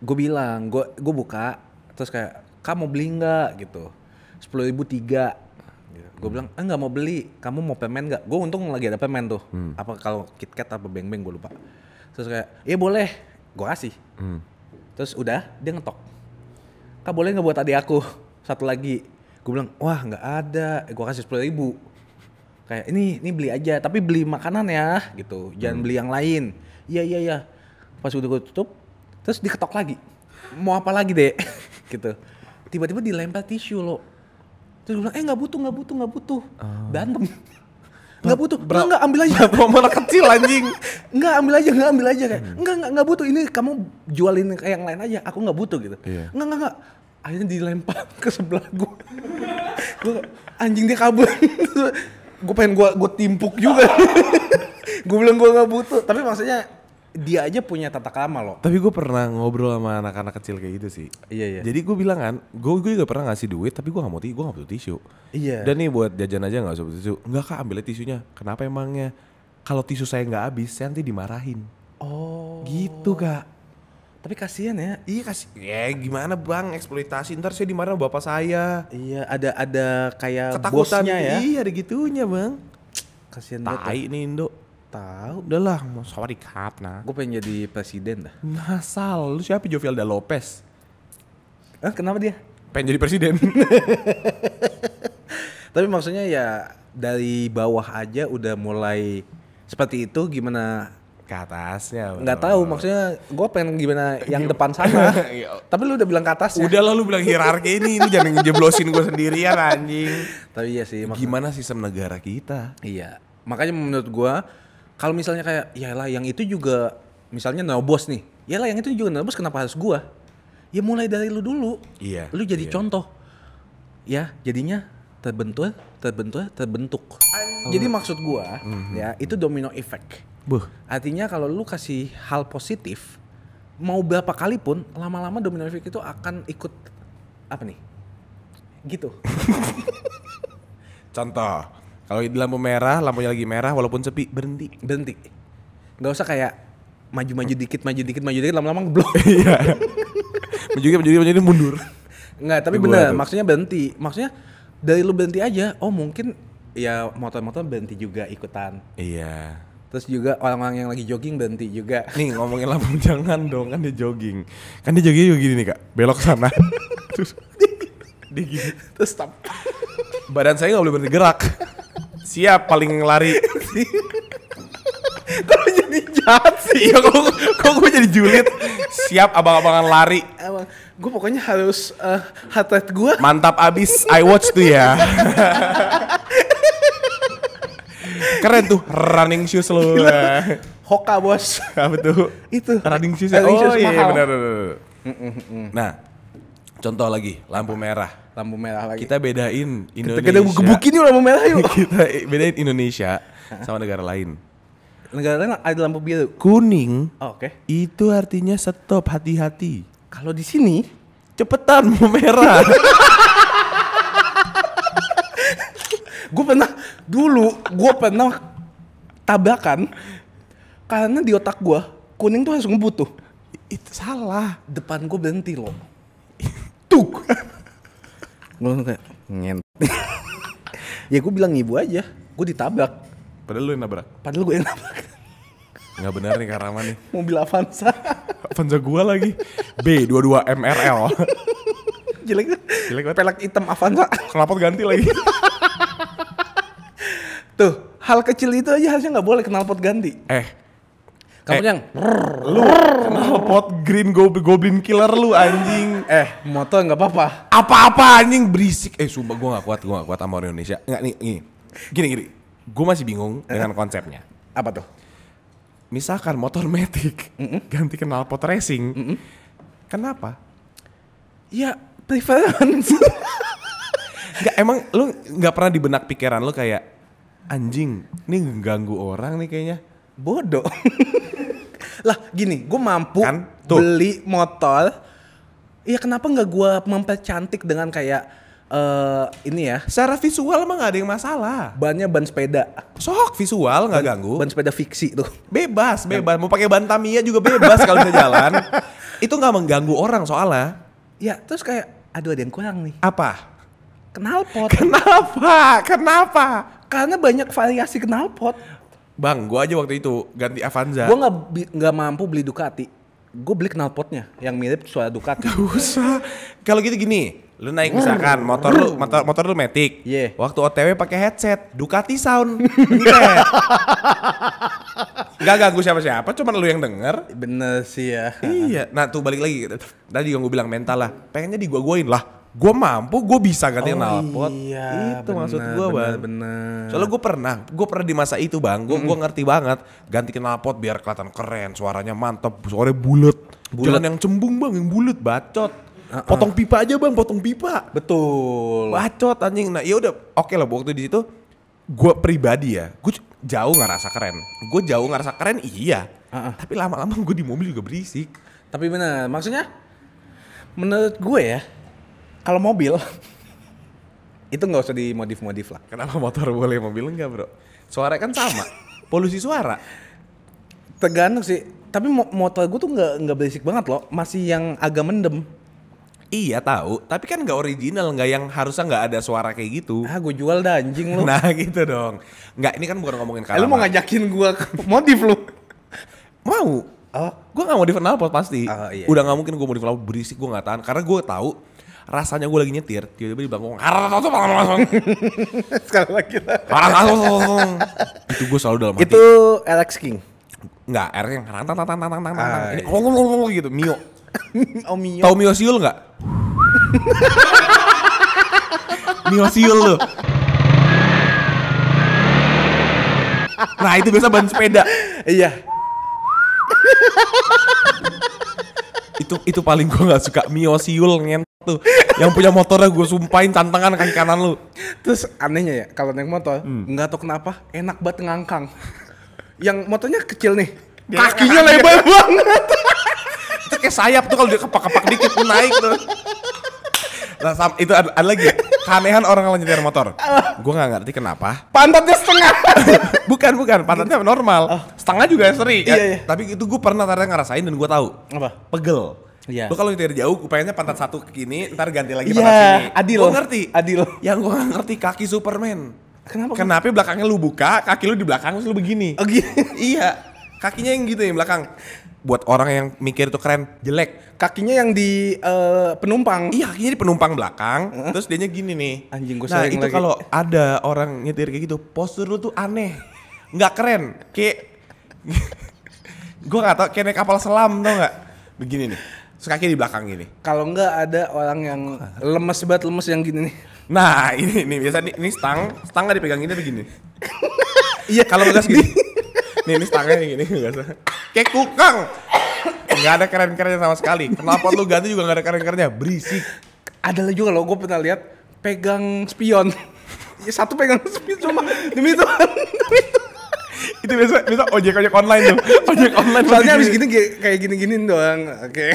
S1: gue bilang gue gue buka terus kayak kamu beli nggak gitu sepuluh ribu tiga gue bilang ah nggak mau beli kamu mau permen nggak gue untung lagi ada permen tuh apa kalau KitKat apa Beng Beng gue lupa terus kayak iya boleh gue kasih terus udah dia ngetok kak boleh nggak buat adik aku satu lagi gue bilang wah nggak ada gue kasih sepuluh ribu kayak ini ini beli aja tapi beli makanan ya gitu jangan beli yang lain iya iya iya pas udah gue tutup terus diketok lagi mau apa lagi deh <laughs> gitu tiba-tiba dilempar tisu lo terus gue bilang eh nggak butuh nggak butuh nggak butuh berantem nggak butuh
S2: Bra-
S1: nggak nggak ambil aja
S2: Iya, Promo anak
S1: <laughs>
S2: kecil anjing.
S1: nggak ambil aja nggak ambil aja kayak nggak nggak nggak butuh ini kamu jualin ke yang lain aja aku nggak butuh gitu
S2: Iya.
S1: nggak nggak nggak akhirnya dilempar <laughs> ke sebelah gue gue anjing dia kabur <laughs> gue pengen gue gue timpuk juga <laughs> gue bilang gue nggak butuh tapi maksudnya dia aja punya tata krama loh
S2: Tapi gue pernah ngobrol sama anak-anak kecil kayak gitu sih.
S1: Iya, iya.
S2: Jadi gue bilang kan, gue gue juga pernah ngasih duit, tapi gue gak mau tisu, gue gak butuh tisu.
S1: Iya.
S2: Dan nih buat jajan aja gak usah butuh tisu. Enggak kak, ambil aja tisunya. Kenapa emangnya? Kalau tisu saya nggak habis, saya nanti dimarahin.
S1: oh
S2: Gitu kak.
S1: tapi kasihan ya
S2: Iya kasih. Ya gimana bang, eksploitasi ntar saya dimarahin sama bapak saya.
S1: iya ada ada kayak
S2: Ketakutan.
S1: bosnya ya Iya,
S2: Iya ada gitunya bang.
S1: kasihan banget
S2: Tai nih Indo.
S1: tahu
S2: Udahlah, mau sorry kap nah.
S1: gue pengen jadi presiden dah
S2: Nasal, lu siapa Jovialda Lopez?
S1: Eh, kenapa dia
S2: Pengen jadi presiden. <laughs>
S1: Tapi maksudnya ya dari bawah aja udah mulai seperti itu gimana
S2: Ke atasnya. Bang.
S1: nggak tahu maksudnya gue pengen
S2: <laughs>
S1: gimana yang depan sana
S2: Iya.
S1: tapi lu udah bilang ke atasnya
S2: Udah lah lu bilang hierarki ini, lu jangan ngejeblosin gue sendirian anjing.
S1: tapi iya sih mak-
S2: Gimana sistem negara kita?
S1: iya makanya menurut gue kalau misalnya kayak yalah yang itu juga misalnya nobos nih yalah yang itu juga nobos kenapa harus gue ya mulai dari lu dulu
S2: Iya,
S1: lu jadi
S2: iya.
S1: contoh ya jadinya terbentuk terbentuk terbentuk jadi maksud gue
S2: Mhm.
S1: ya itu domino effect
S2: Buh,
S1: Artinya kalau lu kasih hal positif, mau berapa kali pun, lama-lama domino effect itu akan ikut apa nih? Gitu.
S2: contoh. Kalau di lampu merah, lampunya lagi merah walaupun sepi, berhenti.
S1: Berhenti. Nggak usah kayak maju-maju dikit, maju dikit, maju dikit, lama-lama ngeblok.
S2: <laughs> Iya. menjadi menjadi menjadi mundur.
S1: Nggak, tapi
S2: Gua
S1: bener.
S2: tuh.
S1: Maksudnya berhenti. Maksudnya dari lu berhenti aja, oh mungkin ya motor-motor berhenti juga ikutan.
S2: Iya.
S1: Terus juga orang-orang yang lagi jogging berhenti juga.
S2: <laughs> Nih ngomongin lampu jangan dong, kan dia jogging. Kan dia jogging juga gini nih, Kak. Belok sana. Terus dia gini.
S1: Terus stop. <laughs>
S2: Badan saya nggak boleh bergerak. Siap paling lari.
S1: Kok jadi jahat sih?
S2: <laughs> Iya kok kok gue jadi julid. Siap abang-abangan lari.
S1: Emang, gue pokoknya harus eh, heart rate gue
S2: Mantap abis I watch tuh ya. Keren tuh running shoes lo.
S1: hoka bos. <laughs>
S2: Apa tuh?
S1: Itu.
S2: Running shoes.
S1: Running shoes
S2: oh iya iya,
S1: mahal.
S2: benar benar, benar. Nah, contoh lagi lampu merah.
S1: lampu merah lagi.
S2: Kita bedain Indonesia.
S1: kita gebukin yuk lampu merah yuk.
S2: <laughs> kita bedain Indonesia sama negara lain.
S1: <laughs> Negara lain ada lampu biru.
S2: Kuning
S1: Oh, Oke.
S2: itu artinya stop hati-hati.
S1: Kalau di sini
S2: Cepetan mau merah.
S1: gue pernah dulu gue pernah tabrakan karena di otak gue kuning tuh harus ngebut tuh.
S2: <laughs> itu salah.
S1: Depan gue berhenti <laughs> loh. Tuk. gue langsung kayak ngent. <laughs> ya gue bilang ibu aja. Gue ditabrak.
S2: Padahal lu yang nabrak.
S1: Padahal gue yang nabrak <laughs>
S2: Nggak benar nih Kak Rahman nih.
S1: mobil Avanza. <laughs>
S2: Avanza gua lagi. B22 MRL.
S1: Jelek.
S2: Jelek banget.
S1: Pelek hitam Avanza.
S2: Kenapa ganti lagi?
S1: Tuh, hal kecil itu aja harusnya nggak boleh knalpot ganti.
S2: eh,
S1: Kamu
S2: Eh.
S1: yang
S2: lu kenapa pot green go goblin killer lu anjing? Eh,
S1: motor nggak apa-apa.
S2: apa-apa anjing berisik. Eh, sumpah gua nggak kuat, gua nggak kuat sama orang Indonesia. Nggak nih, nih. Gini gini. Gua masih bingung
S1: Eh.
S2: dengan konsepnya.
S1: Apa tuh?
S2: Misalkan motor matic ganti kenal pot racing. Kenapa?
S1: Ya preference. <laughs>
S2: Nggak, emang lu nggak pernah di benak pikiran lu kayak anjing, ini ganggu orang nih kayaknya.
S1: Bodoh. <laughs> lah gini, gue mampu
S2: Kan, tuh.
S1: beli motor. Iya kenapa nggak gue mempercantik dengan kayak eh ini ya
S2: Secara visual emang nggak ada yang masalah.
S1: bannya ban sepeda,
S2: Sok visual nggak ganggu.
S1: ban sepeda fiksi tuh.
S2: Bebas, bebas. Mau pakai ban Tamiya juga bebas kalau bisa jalan. Itu nggak mengganggu orang soalnya.
S1: Ya terus kayak aduh ada yang kurang nih.
S2: Apa?
S1: Knalpot.
S2: Kan? Kenapa? Kenapa?
S1: Karena banyak variasi knalpot.
S2: Bang, gua aja waktu itu ganti Avanza.
S1: Gue nggak bi- nggak mampu beli Ducati. Gue beli knalpotnya yang mirip suara Ducati.
S2: Nggak usah. Kalau gitu gini, lu naik misalkan motor lu motor motor lu matic.
S1: Iya.
S2: Waktu OTW pakai headset, Ducati sound. Nyet. Nggak ganggu siapa-siapa, cuman lu yang denger.
S1: Bener sih ya.
S2: iya. Nah tuh balik lagi. Tadi juga gue bilang mental lah. Pengennya digua-guain lah. gue mampu gue bisa gantiin
S1: Oh
S2: knalpot
S1: iya,
S2: itu maksud
S1: bener,
S2: gue bang
S1: bener, bener.
S2: soalnya gue pernah gue pernah di masa itu bang gue gua ngerti banget ganti knalpot biar kelihatan keren suaranya mantep suaranya bulat jangan yang cembung bang yang bulat bacot potong pipa aja bang potong pipa
S1: Betul.
S2: bacot anjing nah ya udah oke lah waktu di situ gue pribadi ya gue jauh nggak rasa keren gue jauh nggak rasa keren iya tapi lama-lama gue di mobil juga berisik
S1: Tapi benar, maksudnya menurut gue ya, kalau mobil <laughs> itu nggak usah dimodif-modif lah.
S2: kenapa motor boleh mobil enggak bro suara kan sama polusi suara
S1: Tergantung sih. Tapi mo- motor gue tuh nggak nggak berisik banget loh, masih yang agak mendem.
S2: iya tahu tapi kan nggak original nggak yang harusnya nggak ada suara kayak gitu
S1: Ah, gue jual dah anjing <laughs> lu.
S2: nah <laughs> gitu dong nggak ini kan bukan ngomongin
S1: eh,
S2: kalah
S1: lu mau ngajakin gue ke <laughs> modif lu?
S2: mau
S1: <laughs> Oh.
S2: gue nggak mau di knalpot pasti
S1: Oh, iya,
S2: udah nggak mungkin gue mau di knalpot berisik gue nggak tahan karena gue tahu rasanya gue lagi nyetir tiba-tiba di belakang
S1: Sekali lagi lah.
S2: <laughs> itu gue selalu dalam hati
S1: Itu Alex King.
S2: nggak R yang tang tang tang tang tang tang tang
S1: Ah,
S2: ini ngomong gitu mio
S1: <laughs> oh Mio.
S2: tau mio siul nggak <laughs> mio siul lo nah itu biasa ban sepeda
S1: Iya.
S2: itu itu paling gue nggak suka mio siul ngent tuh yang punya motornya gue sumpahin tantangan kaki kanan lu
S1: Terus anehnya ya, kalau naik motor, nggak tahu kenapa enak banget ngangkang. Yang motornya kecil nih, kakinya lebar banget.
S2: itu kayak sayap tuh kalau dia kepak-kepak dikit tuh naik tuh nah sam- itu ada, ada lagi keanehan orang kalau nyetir motor gue nggak ngerti kenapa
S1: Pantatnya setengah.
S2: bukan bukan pantatnya normal setengah juga
S1: Oh.
S2: seri kan?
S1: Iya, iya.
S2: tapi itu gue pernah ternyata ngerasain dan gue tahu
S1: <laughs> Apa?
S2: pegel
S1: Iya.
S2: Lo kalau nyetir jauh, gue pengennya pantat satu ke kini, ntar ganti lagi
S1: Iya,
S2: pantat sini.
S1: adil.
S2: Gue ngerti.
S1: Adil.
S2: Yang gue gak ngerti kaki Superman.
S1: Kenapa?
S2: Kenapa belakangnya lu buka, kaki lu di belakang terus lu begini.
S1: Oh, gini.
S2: iya. Kakinya yang gitu yang belakang. Buat orang yang mikir itu keren, jelek.
S1: Kakinya yang di eh, penumpang.
S2: Iya kakinya di penumpang belakang, terus dianya gini nih.
S1: Anjing, gua
S2: Nah
S1: sering
S2: itu
S1: lagi.
S2: kalau ada orang nyetir kayak gitu, postur lu tuh aneh, nggak keren, kayak <laughs> gue nggak tau, kayak naik kapal selam tau nggak? Begini nih, terus kaki di belakang gini.
S1: Kalau nggak ada orang yang lemes banget, lemes yang gini nih.
S2: Nah <laughs> ini ini biasa nih, ini stang, stang nggak dipegang gini begini.
S1: <laughs> Iya,
S2: Kalau ngegas gini, nih ini stangnya nih gini ngegas. Kayak kukang, nggak ada keren-kerennya sama sekali. Kenapa lu ganti juga nggak ada keren-kerennya, berisik.
S1: ada lagi juga loh, gue pernah lihat pegang spion. <laughs> Ya, satu pegang spion cuma demi Tuhan. <laughs> Demi Tuhan.
S2: Itu biasa, biasa ojek ojek online tuh, ojek online.
S1: Soalnya habis gini kayak kayak gini-giniin doang. Oke.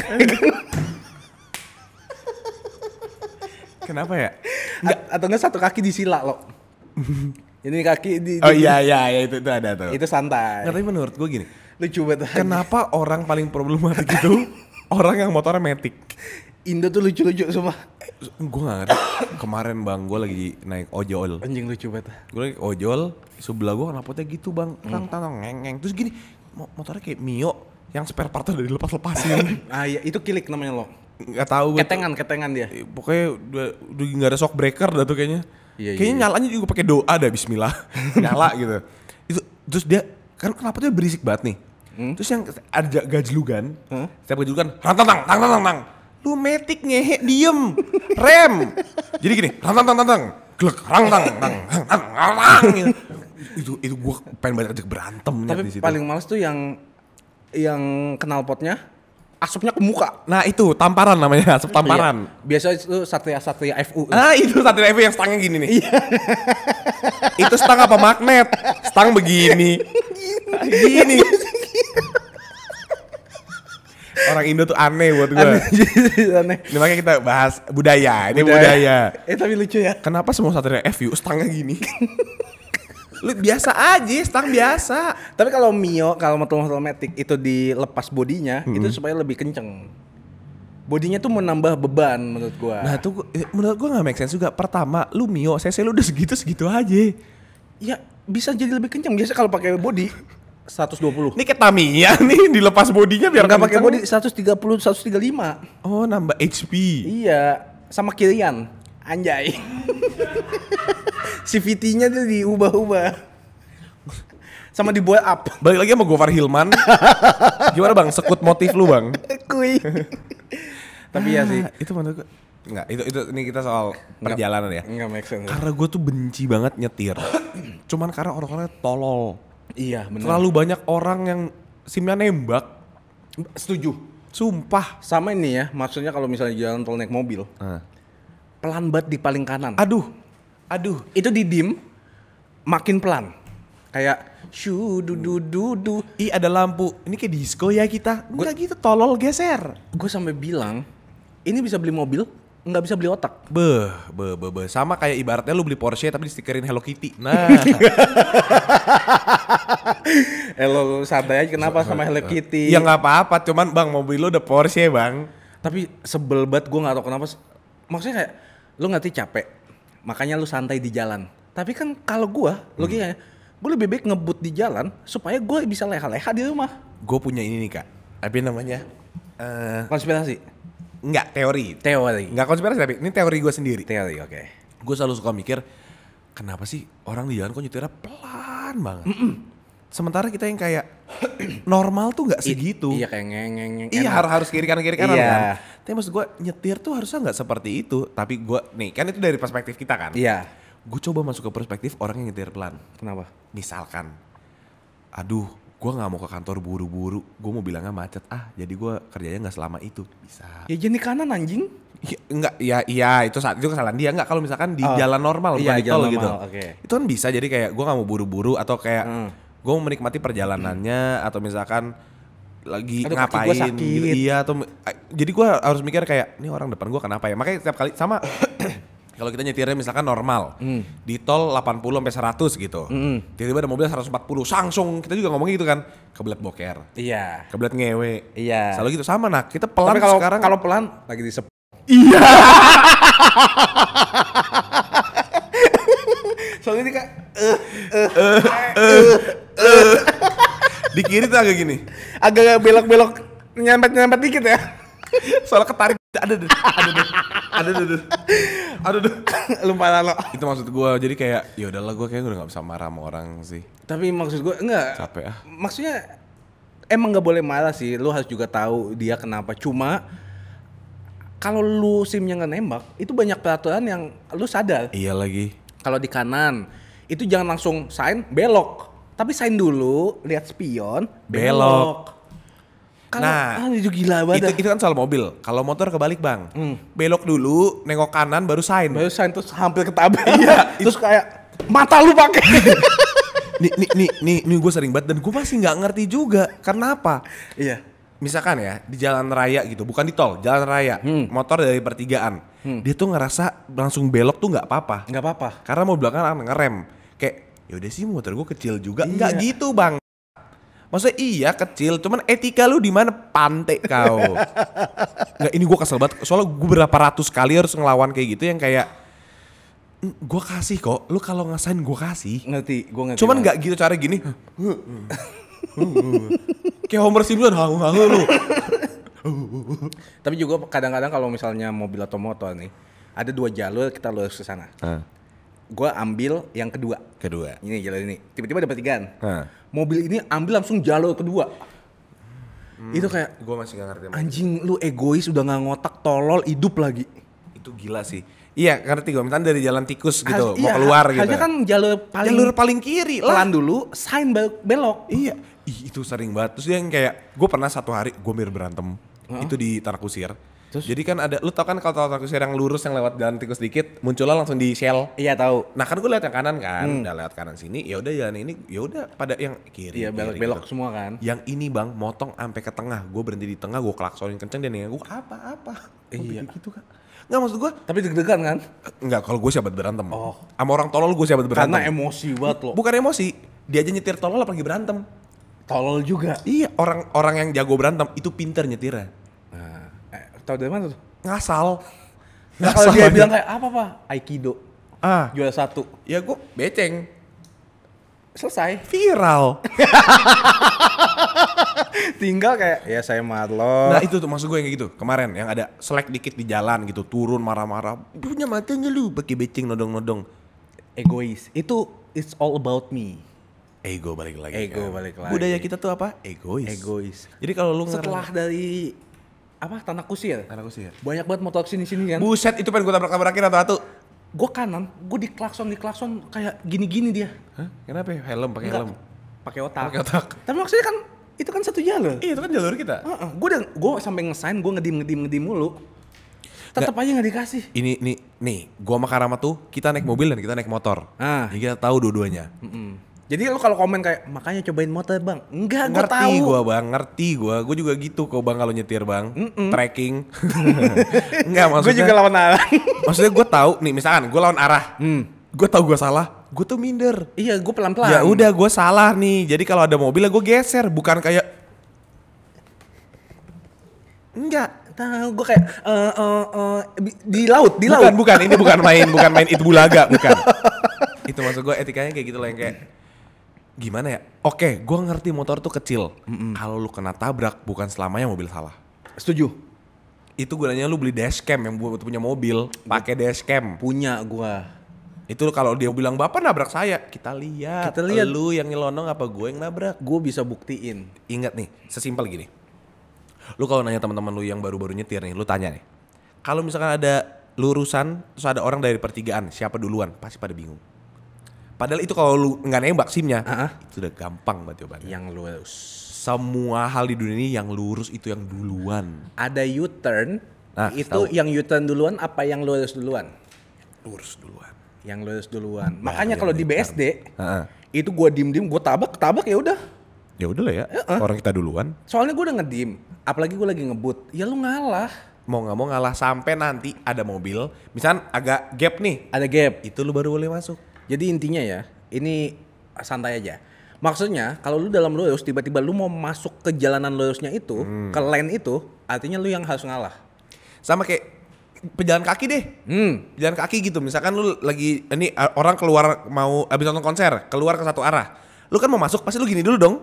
S2: Kenapa ya?
S1: A- atau enggak satu kaki disila lo. Ini kaki di,
S2: Oh
S1: di-
S2: iya iya iya, itu, itu ada tuh.
S1: itu santai.
S2: Nggak, tapi menurut gue gini,
S1: Lucu banget.
S2: kenapa orang paling problematik itu orang yang motornya metik?
S1: Indo tuh lucu-lucu semua.
S2: Gue gak ngerti. Kemarin bang, gue lagi naik ojol.
S1: Anjing lucu banget.
S2: Gue lagi ojol, sebelah gue knalpotnya gitu bang. Tang tang tang, ngeng ngeng. Terus gini, mo- motornya kayak Mio yang spare partnya udah
S1: <laughs>
S2: dilepas-lepasin.
S1: Ah iya, itu kilik namanya lo.
S2: Gak tau gue.
S1: Ketengan, ketengan dia.
S2: Iya, Eh, Pokoknya udah, udah gak ada shock breaker dah tuh kayaknya.
S1: Iya, iya,
S2: kayaknya nyalanya juga pakai doa dah bismillah. <laughs> Nyala gitu. Itu terus dia kan kenapa tuh berisik banget nih.
S1: Hmm?
S2: Terus yang ada gajlugan, kan, setiap gajlugan rantang tang tang tang Lu metik ngehe diem, rem. Jadi gini, rantang tang tang tang. Glek, rang tang tang tang tang rang, gitu. Itu itu gua pengen banget ajak berantem nih
S1: Tapi
S2: di situ.
S1: paling males tuh yang yang kenal potnya asapnya ke muka.
S2: Nah, itu tamparan namanya, asap tamparan.
S1: Iya. Biasa itu satria-satria FU.
S2: Ah itu satria FU yang stangnya gini nih. itu stang apa magnet? Stang begini. gini. Orang Indo tuh aneh buat
S1: <laughs> Aneh,
S2: gue.
S1: <laughs> aneh.
S2: Ini makanya kita bahas budaya. Ini budaya.
S1: Eh tapi lucu ya.
S2: Kenapa semua satria FU stangnya gini? Lu biasa aja, stang biasa.
S1: Tapi kalau Mio, kalau motor-motor matic itu dilepas bodinya, itu supaya lebih kenceng. Bodinya tuh menambah beban menurut gua.
S2: Nah tuh gua- eh, menurut gue gak make sense juga. Pertama, lu Mio, CC lu udah segitu-segitu aja.
S1: ya bisa jadi lebih kenceng. Biasa kalau pakai body 120.
S2: Ini kayak Tamiya nih, dilepas bodinya biar
S1: Enggak pakai
S2: kenceng.
S1: body 130 135.
S2: Oh nambah HP.
S1: Iya, sama Kilian. <laughs> Anjay. CVT-nya tuh diubah-ubah. Sama dibuat up. <laughs>
S2: Balik lagi sama Gofar <laughs> Hilman. Gimana bang, sekut motif lu bang?
S1: Kui. Tapi ya sih,
S2: Ah, Itu menurut gue, Enggak, Iya itu itu ini kita soal perjalanan ya.
S1: Nggak make sense.
S2: Karena gue tuh benci banget <clears throat> nyetir. Cuman karena orang-orangnya tolol.
S1: Iya benar.
S2: Terlalu banyak orang yang simnya nembak.
S1: Setuju.
S2: Sumpah.
S1: Sama ini ya, maksudnya kalau misalnya di jalan tol naik mobil, pelan banget di paling kanan.
S2: Aduh. Aduh.
S1: Itu di dim, makin pelan. Kayak shu du du du du.
S2: Ih ada lampu. Ini kayak disco ya kita. Enggak gitu tolol geser.
S1: Gue sampai bilang, ini bisa beli mobil, nggak bisa beli otak.
S2: Beh, beh, beh, beh. Sama kayak ibaratnya lu beli Porsche tapi distikerin Hello Kitty. <laughs> Nah,
S1: Eh lo santai aja kenapa sama Hello Kitty?
S2: ya nggak apa-apa. Cuman bang, mobil lu udah Porsche bang.
S1: Tapi sebel banget gue nggak tahu kenapa. se- Maksudnya kayak lu ngerti capek, makanya lu santai di jalan. Tapi kan kalau gue
S2: Hmm.
S1: logikanya, gue ya, lebih baik ngebut di jalan supaya gue bisa leha-leha di rumah.
S2: Gue punya ini nih kak. Apa namanya? Eh,
S1: Konspirasi,
S2: nggak teori.
S1: teori,
S2: Nggak konspirasi tapi ini teori gue sendiri.
S1: teori, oke.
S2: Gue selalu suka mikir, kenapa sih orang di jalan kok nyetirnya pelan banget? Sementara kita yang kayak <clears throat> normal tuh nggak segitu.
S1: Iya kayak ngeng ngeng ngeng.
S2: Iya
S1: enak.
S2: harus harus kiri kanan kiri kanan
S1: Iya.
S2: kan. Tapi maksud gue nyetir tuh harusnya nggak seperti itu. Tapi gue nih kan itu dari perspektif kita kan.
S1: Iya.
S2: Gue coba masuk ke perspektif orang yang nyetir pelan.
S1: Kenapa?
S2: Misalkan, aduh gue nggak mau ke kantor buru-buru. Gue mau bilangnya macet ah. Jadi gue kerjanya nggak selama itu. Bisa.
S1: Ya jadi kanan anjing.
S2: Ya, enggak, ya iya itu saat itu kesalahan dia enggak kalau misalkan di
S1: Oh.
S2: jalan normal bukan
S1: Iya,
S2: di tol
S1: jalan
S2: gitu.
S1: normal, oke.
S2: Itu kan bisa jadi kayak gua nggak mau buru-buru atau kayak
S1: Hmm.
S2: gua mau menikmati perjalanannya atau misalkan
S1: Aduh, kaki
S2: lagi
S1: gua
S2: ngapain
S1: sakit.
S2: gitu. Iya atau eh, jadi gua harus mikir kayak ini orang depan gua kenapa ya? Makanya setiap kali sama <coughs> kalau kita nyetirnya misalkan normal
S1: Hmm.
S2: di tol 80 sampai 100 gitu. Tiba-tiba ada mobil 140 langsung kita juga ngomong gitu kan kebelet boker,
S1: Iya.
S2: kebelet ngewe.
S1: Iya.
S2: Selalu gitu sama nah kita pelan
S1: Tapi kalau
S2: sekarang
S1: kalau pelan lagi di sep. Iya. <laughs> Soalnya ini kak,
S2: di kiri tuh agak gini.
S1: agak belok-belok nyempet-nyempet dikit ya.
S2: Soalnya ketarik ada deh, ada deh, ada deh, deh. ada deh.
S1: <coughs> Lupa lo.
S2: Itu maksud gue jadi kayak ya udahlah gue kayaknya udah gak bisa marah sama orang sih.
S1: Tapi maksud gue enggak.
S2: Capek ah.
S1: Maksudnya emang nggak boleh marah sih. Lu harus juga tahu dia kenapa. Cuma kalau lu simnya nggak nembak, itu banyak peraturan yang lu sadar.
S2: Iya lagi.
S1: Kalau di kanan, itu jangan langsung sign belok. Tapi sign dulu, lihat spion, belok. Kalau ah,
S2: Nah,
S1: itu gila
S2: Itu,
S1: banget. dah.
S2: itu kan soal mobil. Kalau motor kebalik bang, belok dulu, nengok kanan baru sign.
S1: Hmm. Baru sign terus hampir ketabrak. <laughs> Iya, terus kayak mata lu pakai.
S2: nih nih nih nih, nih gue sering banget dan gue masih nggak ngerti juga kenapa.
S1: <laughs> iya.
S2: Misalkan ya di jalan raya gitu, bukan di tol, jalan raya,
S1: Hmm.
S2: motor dari pertigaan, dia tuh ngerasa langsung belok tuh nggak apa-apa.
S1: nggak apa-apa.
S2: Karena mau belakang akan ngerem. Kayak yaudah sih motor gue kecil juga.
S1: Iya.
S2: Enggak gitu bang. Maksudnya iya kecil, cuman etika lu di mana pante kau. Nggak, ini gue kesel banget. Soalnya gue berapa ratus kali harus ngelawan kayak gitu yang kayak gue kasih kok. Lu kalau ngasain gue kasih.
S1: Ngerti, gue ngerti. banget.
S2: Cuman nggak gitu cara gini. kayak Homer Simpson hangu hangu lu.
S1: Tapi juga kadang-kadang kalau misalnya mobil atau motor nih, ada dua jalur kita lurus ke sana.
S2: Ah.
S1: Gua ambil yang kedua.
S2: Kedua. Nah,
S1: Ini jalur ini. Tiba-tiba ada pertigaan.
S2: Hah.
S1: Mobil ini ambil langsung jalur kedua. Itu kayak
S2: Gue masih gak ngerti.
S1: anjing lu egois udah nggak ngotak tolol hidup lagi.
S2: Itu gila sih. Iya ngerti gue. Misalnya dari jalan tikus gitu,
S1: Harus-
S2: mau
S1: iya,
S2: keluar gitu.
S1: Harusnya kan jalur paling
S2: jalur paling kiri lah.
S1: pelan dulu, sign bel- belok.
S2: Iya, Ih, itu sering banget. Terus dia yang kayak, gue pernah satu hari gue mir berantem. Itu di Tanah Kusir. Jadi kan ada, lu tau kan kalau Tanah Kusir yang lurus yang lewat jalan tikus dikit, munculnya langsung di shell.
S1: Iya tahu.
S2: Nah kan gue lihat yang kanan kan,
S1: Hmm.
S2: udah lewat kanan sini, ya udah jalan ini, ya udah pada yang kiri.
S1: Iya
S2: kiri
S1: belok-belok
S2: gitu.
S1: semua kan.
S2: Yang ini bang, motong sampai ke tengah. Gue berhenti di tengah, gue klaksonin kenceng dia nengok gue apa apa. Gua
S1: Iya.
S2: bikin gitu kan. Nggak maksud gue,
S1: Tapi deg-degan kan?
S2: nggak kalau gue siapa berantem.
S1: Oh.
S2: Sama orang tolol gue siapa
S1: Karena
S2: berantem.
S1: emosi banget lo.
S2: Bukan emosi, dia aja nyetir tolol apa lagi berantem.
S1: Tolol juga.
S2: Iya, orang-orang yang jago berantem itu pinter nyetirnya.
S1: Nah, eh, tahu dari mana tuh?
S2: Ngasal.
S1: <laughs> Nah, kalau dia
S2: aja.
S1: bilang kayak apa pak? Aikido
S2: ah,
S1: juara satu
S2: ya gue beceng.
S1: selesai.
S2: Viral.
S1: <laughs> Tinggal kayak ya saya Marlo.
S2: Nah itu tuh maksud gue yang kayak gitu. Kemarin yang ada selek dikit di jalan gitu, turun marah-marah. Punya matanya lu pakai beceng nodong-nodong.
S1: egois. Itu it's all about me.
S2: Ego balik lagi.
S1: Ego balik lagi.
S2: Budaya kita tuh apa? Egois.
S1: Egois.
S2: Jadi kalau lu
S1: Setelah dari apa tanah kusir.
S2: Karena aku sih ya.
S1: Banyak banget motor sini sini kan.
S2: Buset itu pengen gue tabrak-tabrakin satu-satu.
S1: Gue kanan, gue diklakson diklakson kayak gini-gini dia.
S2: Hah? Kenapa ya? Helm pakai
S1: Enggak,
S2: helm.
S1: Pakai otak.
S2: Pakai otak.
S1: Tapi maksudnya kan itu kan satu jalur.
S2: Iya itu kan jalur kita.
S1: Heeh, gue udah gue sampai ngesain gue ngedim ngedim ngedim mulu. Tetap aja nggak dikasih.
S2: Ini nih nih gua sama Karama tuh kita naik mobil dan kita naik motor.
S1: Ah.
S2: Jadi kita tahu dua-duanya.
S1: Mm-mm. Hmm. Jadi lu kalau komen kayak makanya cobain motor bang, enggak gue
S2: ngerti
S1: Kan tahu.
S2: gua bang, ngerti gua. Gua juga gitu kok bang kalau nyetir bang.
S1: <laughs>
S2: Tracking. Enggak
S1: Gue
S2: maksudnya.
S1: juga lawan Hmm. arah.
S2: Maksudnya gua tahu nih misalkan gua lawan arah. Gua tahu gua salah. Gua tuh minder.
S1: <laughs> iya gue pelan pelan.
S2: Ya udah gua salah nih. Jadi kalau ada mobil gua geser bukan kayak Enggak,
S1: Tahu gue kayak eh, eh, eh, bi- di laut di
S2: bukan
S1: laut.
S2: bukan ini bukan main bukan main itu bulaga bukan itu maksud gue etikanya kayak gitu loh yang kayak gimana ya oke gue ngerti motor tuh kecil kalau lu kena tabrak bukan selamanya mobil salah
S1: Setuju.
S2: itu gunanya lu beli dashcam yang buat punya mobil pakai dashcam
S1: Punya gue.
S2: itu kalau dia bilang bapak nabrak saya kita lihat
S1: Kita lihat.
S2: lu yang nyelonong apa gue yang nabrak
S1: Gue bisa buktiin.
S2: ingat nih sesimpel gini lu kalau nanya teman-teman lu yang baru-baru nyetir nih lu tanya nih kalau misalkan ada lurusan terus ada orang dari pertigaan siapa duluan pasti pada bingung padahal itu kalau lu nggak nembak simnya itu udah gampang banget jawabannya
S1: Yang lu
S2: semua hal di dunia ini yang lurus itu yang duluan
S1: ada U-turn.
S2: Nah,
S1: itu
S2: tahu.
S1: yang U-turn duluan apa yang lurus duluan?
S2: lurus duluan
S1: Yang lurus duluan. Makanya
S2: yang
S1: kalau di
S2: U-turn.
S1: BSD
S2: Heeh.
S1: itu gue diem diem gue tabak tabak ya udah.
S2: ya udah lah ya orang kita duluan
S1: Soalnya gue udah ngedim. Apalagi gue lagi ngebut. Ya lu ngalah.
S2: mau nggak mau ngalah sampai nanti ada mobil misalkan agak gap nih
S1: Ada gap.
S2: itu lu baru boleh masuk
S1: Jadi intinya ya, ini santai aja. Maksudnya kalau lu dalam lurus tiba-tiba lu mau masuk ke jalanan lurusnya itu, ke lane itu, artinya lu yang harus ngalah.
S2: sama kayak pejalan kaki deh
S1: Hmm.
S2: jalan kaki gitu misalkan lu lagi ini uh, orang keluar mau habis nonton konser keluar ke satu arah lu kan mau masuk pasti lu gini dulu dong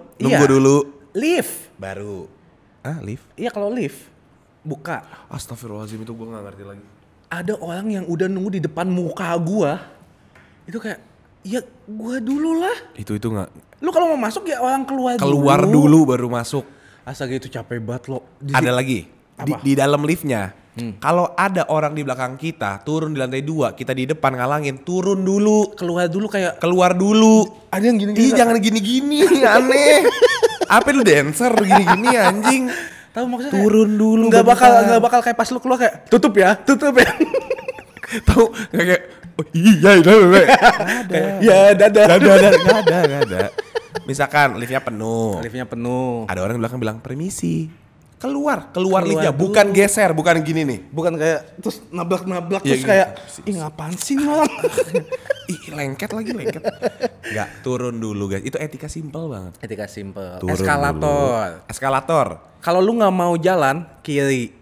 S1: Iya.
S2: nunggu dulu
S1: Lift.
S2: baru ah lift
S1: Iya kalau lift buka.
S2: astagfirullahaladzim itu gua nggak ngerti lagi
S1: Ada orang yang udah nunggu di depan muka gua. Itu kayak ya gua dulu lah.
S2: itu itu nggak
S1: Lu kalau mau masuk ya orang keluar,
S2: keluar
S1: dulu.
S2: dulu baru masuk
S1: Astaga itu capek banget lo. Di-
S2: ada lagi di,
S1: Apa?
S2: di dalam liftnya kalau ada orang di belakang kita turun di lantai dua kita di depan ngalangin turun dulu
S1: keluar dulu kayak Iya,
S2: keluar dulu
S1: ada yang gini-gini.
S2: Ih jangan gini-gini <laughs> aneh apa lu dancer gini-gini anjing
S1: Tahu maksudnya?
S2: Turun dulu,
S1: Enggak bakal
S2: bentar.
S1: enggak bakal kayak pas lu keluar kayak tutup ya, tutup ya.
S2: <laughs> tahu nggak kayak oh, iya iya iya, iya."
S1: <laughs> Kayak, ya dadah.
S2: Nggak ada nggak ada nggak ada nggak ada misalkan liftnya penuh
S1: Liftnya penuh.
S2: ada orang di belakang bilang permisi keluar
S1: Keluar
S2: keluar, liftnya
S1: dulu.
S2: bukan geser bukan gini nih <laughs>
S1: Bukan kayak terus nabrak-nabrak
S2: Iya,
S1: terus
S2: gini.
S1: kayak ih ngapain sih ini orang?
S2: ih lengket lagi lengket nggak turun dulu guys itu etika simpel banget
S1: <laughs> Ketika simple.
S2: Turun
S1: Eskalator.
S2: dulu. eskalator
S1: Kalau lu nggak mau jalan kiri.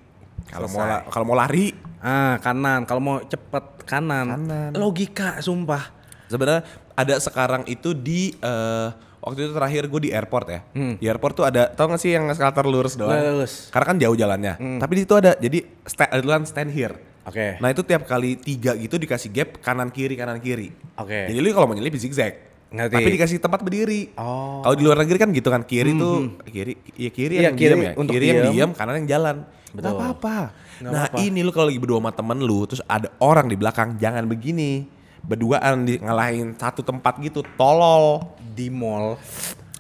S2: kalau mau la- kalau mau lari
S1: Ah, kanan. Kalau mau cepet kanan.
S2: Kanan.
S1: Logika sumpah.
S2: sebenarnya ada sekarang itu di eh, waktu itu terakhir gue di airport ya di airport tuh ada tau gak sih yang eskalator lurus doang
S1: Lurus.
S2: karena kan jauh jalannya tapi di situ ada jadi sta- ada tulisan stand here
S1: Oke.
S2: nah itu tiap kali tiga gitu dikasih gap kanan kiri kanan kiri Nah,
S1: Oke.
S2: jadi lu kalau mau nyelip di zigzag
S1: Ngerti.
S2: tapi dikasih tempat berdiri
S1: Oh. Hmm.
S2: kalau di luar negeri kan gitu kan kiri tuh kiri ya kiri
S1: Iya,
S2: yang
S1: kiri
S2: diam ya
S1: untuk
S2: kiri yang
S1: diam.
S2: diam kanan yang jalan Gak
S1: Betul.
S2: apa-apa
S1: Nggak
S2: nah
S1: apa-apa.
S2: ini lu kalau lagi berdua sama temen lu terus ada orang di belakang jangan begini berduaan di ngalahin satu tempat gitu tolol Hmm.
S1: Di mall,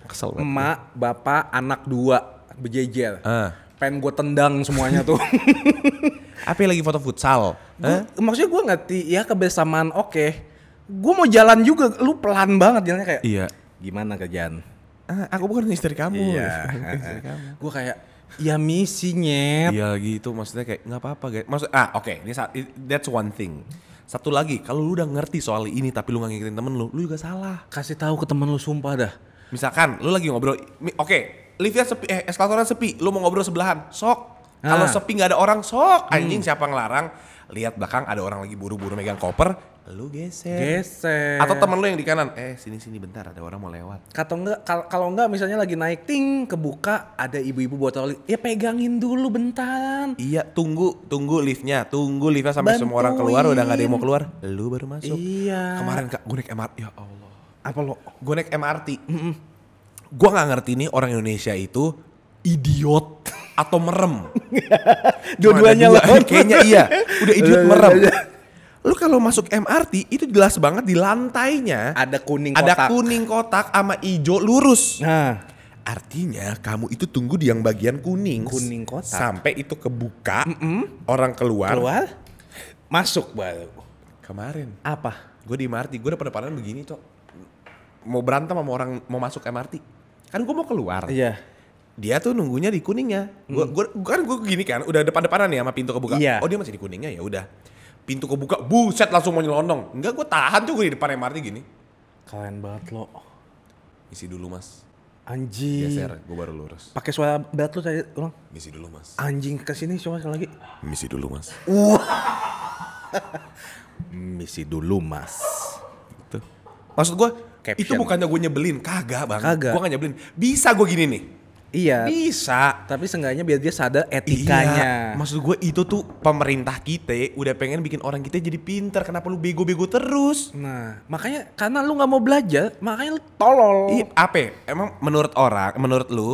S2: kesel banget
S1: emak, bapak, anak dua berjejer.
S2: Ah.
S1: Pengen gue tendang semuanya <laughs> tuh.
S2: apa yang lagi foto futsal Hah?
S1: Gua- maksudnya gue ngerti ya kebersamaan oke gue mau jalan juga lu pelan banget jalannya kayak
S2: iya
S1: gimana kerjaan
S2: Ah, aku bukan istri kamu
S1: <laughs> Iya.
S2: <laughs> Istri kamu.
S1: gue gitu. kayak ya misi nyet
S2: Iya lagi itu maksudnya kayak nggak apa-apa guys. Maksud ah oke ini sa- i- that's one thing. Satu lagi kalau lu udah ngerti soal ini tapi lu nggak ngikutin temen lu, lu juga salah.
S1: kasih tahu ke temen lu sumpah dah
S2: Misalkan lu lagi ngobrol, mi- oke liftnya sepi, eh eskalatornya sepi, lu mau ngobrol sebelahan, sok. Kalau
S1: Ah.
S2: sepi nggak ada orang, sok. Anjing siapa ngelarang? Lihat belakang ada orang lagi buru-buru megang koper, lu geser.
S1: geser
S2: Iya. Atau temen lu yang di kanan, eh sini sini bentar ada orang mau lewat.
S1: atau enggak kal- kalau enggak misalnya lagi naik ting kebuka ada ibu-ibu botol ya pegangin dulu bentaran
S2: Iya, tunggu, tunggu liftnya, tunggu liftnya sampai semua orang keluar, udah nggak ada yang mau keluar, lu baru masuk.
S1: Iya.
S2: Kemarin kak, gue naik MRT, ya Allah.
S1: apa lo
S2: Gue naik MRT. Gue nggak ngerti nih orang Indonesia itu idiot atau
S1: <laughs>
S2: merem.
S1: Dua-duanya
S2: Cuma ada dua.
S1: loh.
S2: <laughs> Kayaknya iya. Udah idiot
S1: Iya, iya,
S2: merem.
S1: iya.
S2: Lu kalau masuk MRT itu jelas banget di lantainya
S1: Ada kuning
S2: ada
S1: kotak.
S2: kuning kotak sama ijo lurus.
S1: Nah,
S2: Artinya kamu itu tunggu di yang bagian kuning.
S1: Kuning kotak.
S2: Sampai itu kebuka, orang keluar.
S1: keluar masuk baru.
S2: Kemarin
S1: Apa?
S2: gue di MRT, gue udah depanan begini tuh. Mau berantem sama orang mau masuk MRT. Kan gue mau keluar.
S1: Iya.
S2: Dia tuh nunggunya di kuningnya. Gua, gua, gua kan gue gini kan, udah depan-depanan ya sama pintu kebuka.
S1: Iya.
S2: Oh dia masih di kuningnya ya udah. Pintu kebuka, buset langsung mau nyelonong. Enggak, gue tahan tuh gue di depan MRT gini.
S1: Keren banget lo.
S2: Isi dulu mas,
S1: Anjing.
S2: geser, gue baru lurus.
S1: Pakai suara berat lu tadi ulang.
S2: Misi dulu mas,
S1: Anjing ke sini coba sekali lagi.
S2: misi dulu mas. <laughs>
S1: Misi dulu, Mas.
S2: Gitu. Maksud gue,
S1: Caption.
S2: itu bukannya gue nyebelin, kagak bang.
S1: Kagak.
S2: Gue gak nyebelin. Bisa gue gini nih.
S1: Iya.
S2: Bisa.
S1: Tapi seenggaknya biar dia sadar
S2: Iya.
S1: etikanya.
S2: Maksud gue itu tuh pemerintah kita udah pengen bikin orang kita jadi pinter. Kenapa lu bego-bego terus?
S1: Nah, makanya karena lu nggak mau belajar, makanya lu tolol.
S2: Iya, apa? ya? Emang menurut orang, menurut lu,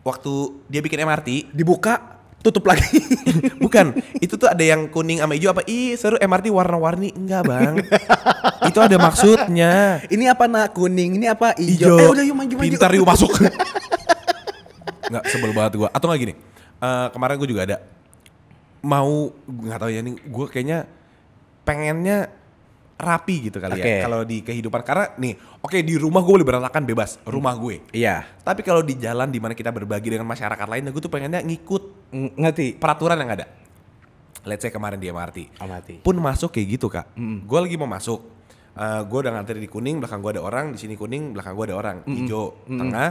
S2: waktu dia bikin MRT,
S1: Dibuka, tutup lagi.
S2: <laughs>
S1: <laughs>
S2: bukan, itu tuh ada yang kuning sama hijau apa? Ih, seru MRT warna-warni. Enggak, Bang. itu ada maksudnya.
S1: ini apa nak kuning? Ini apa hijau?
S2: Ijo.
S1: Eh udah yuk maju maju.
S2: Pintar yuk masuk. <laughs> Nggak sebel banget gua. Atau nggak gini. eh, kemarin gue juga ada mau nggak tahu ya nih gue kayaknya pengennya rapi gitu kali
S1: Oke.
S2: ya kalau di kehidupan karena nih oke di rumah gue boleh berantakan bebas rumah gue
S1: Iya.
S2: tapi kalau di jalan dimana kita berbagi dengan masyarakat lain gue tuh pengennya ngikut
S1: Ng- ngerti?
S2: peraturan yang ada let's say kemarin di MRT
S1: Amati.
S2: pun masuk kayak gitu kak. Gue lagi mau masuk, Eh gue udah ngantri di kuning, belakang gue ada orang, di sini kuning, belakang gue ada orang, hijau, tengah,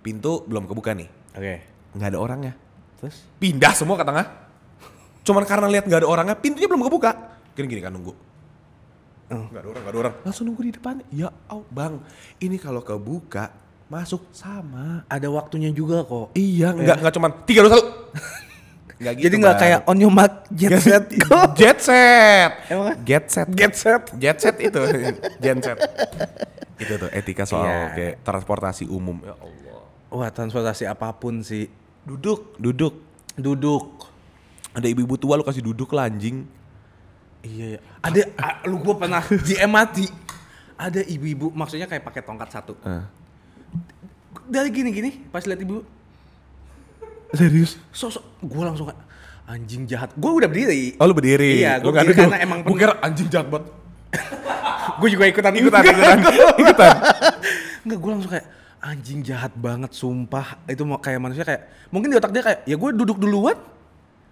S2: pintu belum kebuka nih,
S1: Oke.
S2: nggak ada orangnya,
S1: Terus?
S2: pindah semua ke tengah. Cuman karena lihat nggak ada orangnya, pintunya belum kebuka. Gini-gini kan nunggu.
S1: Oh.
S2: Nggak ada orang, nggak ada orang. Langsung nunggu di depan. Ya, oh bang, ini kalau kebuka masuk sama.
S1: Ada waktunya juga kok.
S2: Iya, nggak nggak cuman tiga
S1: <laughs>
S2: dua satu. Nggak gitu,
S1: Jadi nggak
S2: Bang.
S1: kayak on your <laughs> mark jet set go.
S2: Jet set.
S1: Emang kan?
S2: Get set.
S1: Get set.
S2: Jet set itu. <laughs> Gen set. itu tuh etika
S1: Iya.
S2: soal kayak transportasi umum. Ya Allah.
S1: Wah transportasi apapun sih.
S2: Duduk, duduk.
S1: Duduk.
S2: Ada ibu-ibu tua lu kasih duduk lah anjing.
S1: Iya. iya. Ada a- lu gua
S2: <laughs>
S1: pernah di MRT. Ada ibu-ibu maksudnya kayak pakai tongkat satu. Dari gini-gini pas lihat ibu
S2: Serius?
S1: sosok gua langsung kayak anjing jahat. Gua udah berdiri.
S2: Oh lu berdiri.
S1: Iya,
S2: Lu
S1: gua
S2: nggak
S1: berdiri
S2: duduk.
S1: karena emang
S2: Gua kira anjing jahat
S1: <laughs>
S2: banget.
S1: Gue juga ikutan
S2: Ikutan, ikutan, <laughs> ikutan.
S1: Enggak, gue langsung kayak anjing jahat banget sumpah. Itu mau kayak manusia kayak mungkin di otak dia kayak ya gue duduk duluan.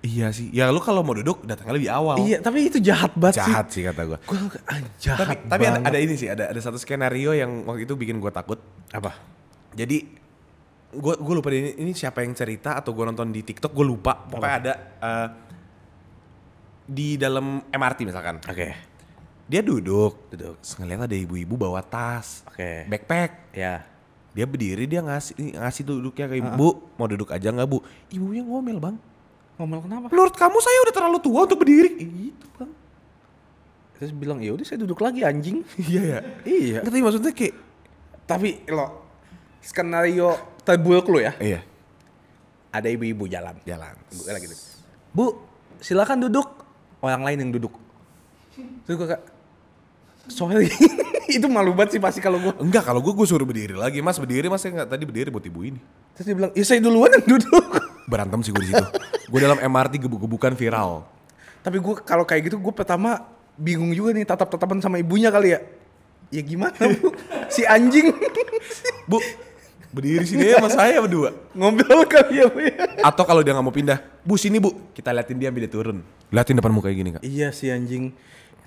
S2: Iya sih. Ya lu kalau mau duduk datangnya lebih awal.
S1: Iya, tapi itu jahat banget
S2: Oh. Jahat sih kata gua.
S1: Gue kayak anjing jahat
S2: Tapi, tapi ada,
S1: banget.
S2: ada ini sih, ada ada satu skenario yang waktu itu bikin gua takut.
S1: apa?
S2: Jadi gue gue lupa deh, ini, ini siapa yang cerita atau gue nonton di TikTok gue lupa. Pokoknya ada eh, di dalam MRT misalkan.
S1: Oke.
S2: Dia duduk,
S1: Duduk.
S2: Terus ngeliat ada ibu-ibu bawa tas,
S1: Oke.
S2: backpack.
S1: Ya.
S2: Dia berdiri dia ngasih ngasih duduknya ke ibu, "Bu, mau duduk aja nggak bu? Ibunya ngomel bang.
S1: Ngomel kenapa?
S2: Menurut kamu saya udah terlalu tua untuk berdiri? Itu bang.
S1: Iya, gitu, Terus bilang, "Ya udah saya duduk lagi anjing."
S2: Iya ya.
S1: <laughs> iya.
S2: Ngerti maksudnya kayak.
S1: Tapi lo skenario terburuk lo ya.
S2: Iya.
S1: Ada ibu-ibu jalan.
S2: Jalan.
S1: Gue
S2: gitu.
S1: lagi duduk. Bu, silakan duduk. Orang lain yang duduk. Terus gue kayak, sorry. <laughs> itu malu banget sih pasti kalau gue.
S2: Enggak kalau gue gue suruh berdiri lagi mas berdiri mas saya nggak tadi berdiri buat ibu ini.
S1: Terus dia bilang, ya saya duluan yang duduk.
S2: berantem sih gue di situ. gue dalam MRT gebuk-gebukan viral.
S1: Tapi gue kalau kayak gitu, gue pertama bingung juga nih tatap-tatapan sama ibunya kali ya. Ya gimana bu? Si anjing <laughs>
S2: Bu, berdiri sini ya sama saya berdua.
S1: ngobrol kali ya bu ya.
S2: Atau kalau dia nggak mau pindah, bu sini bu, kita liatin dia sampai dia turun. Liatin depan muka kayak gini kak.
S1: Iya si anjing.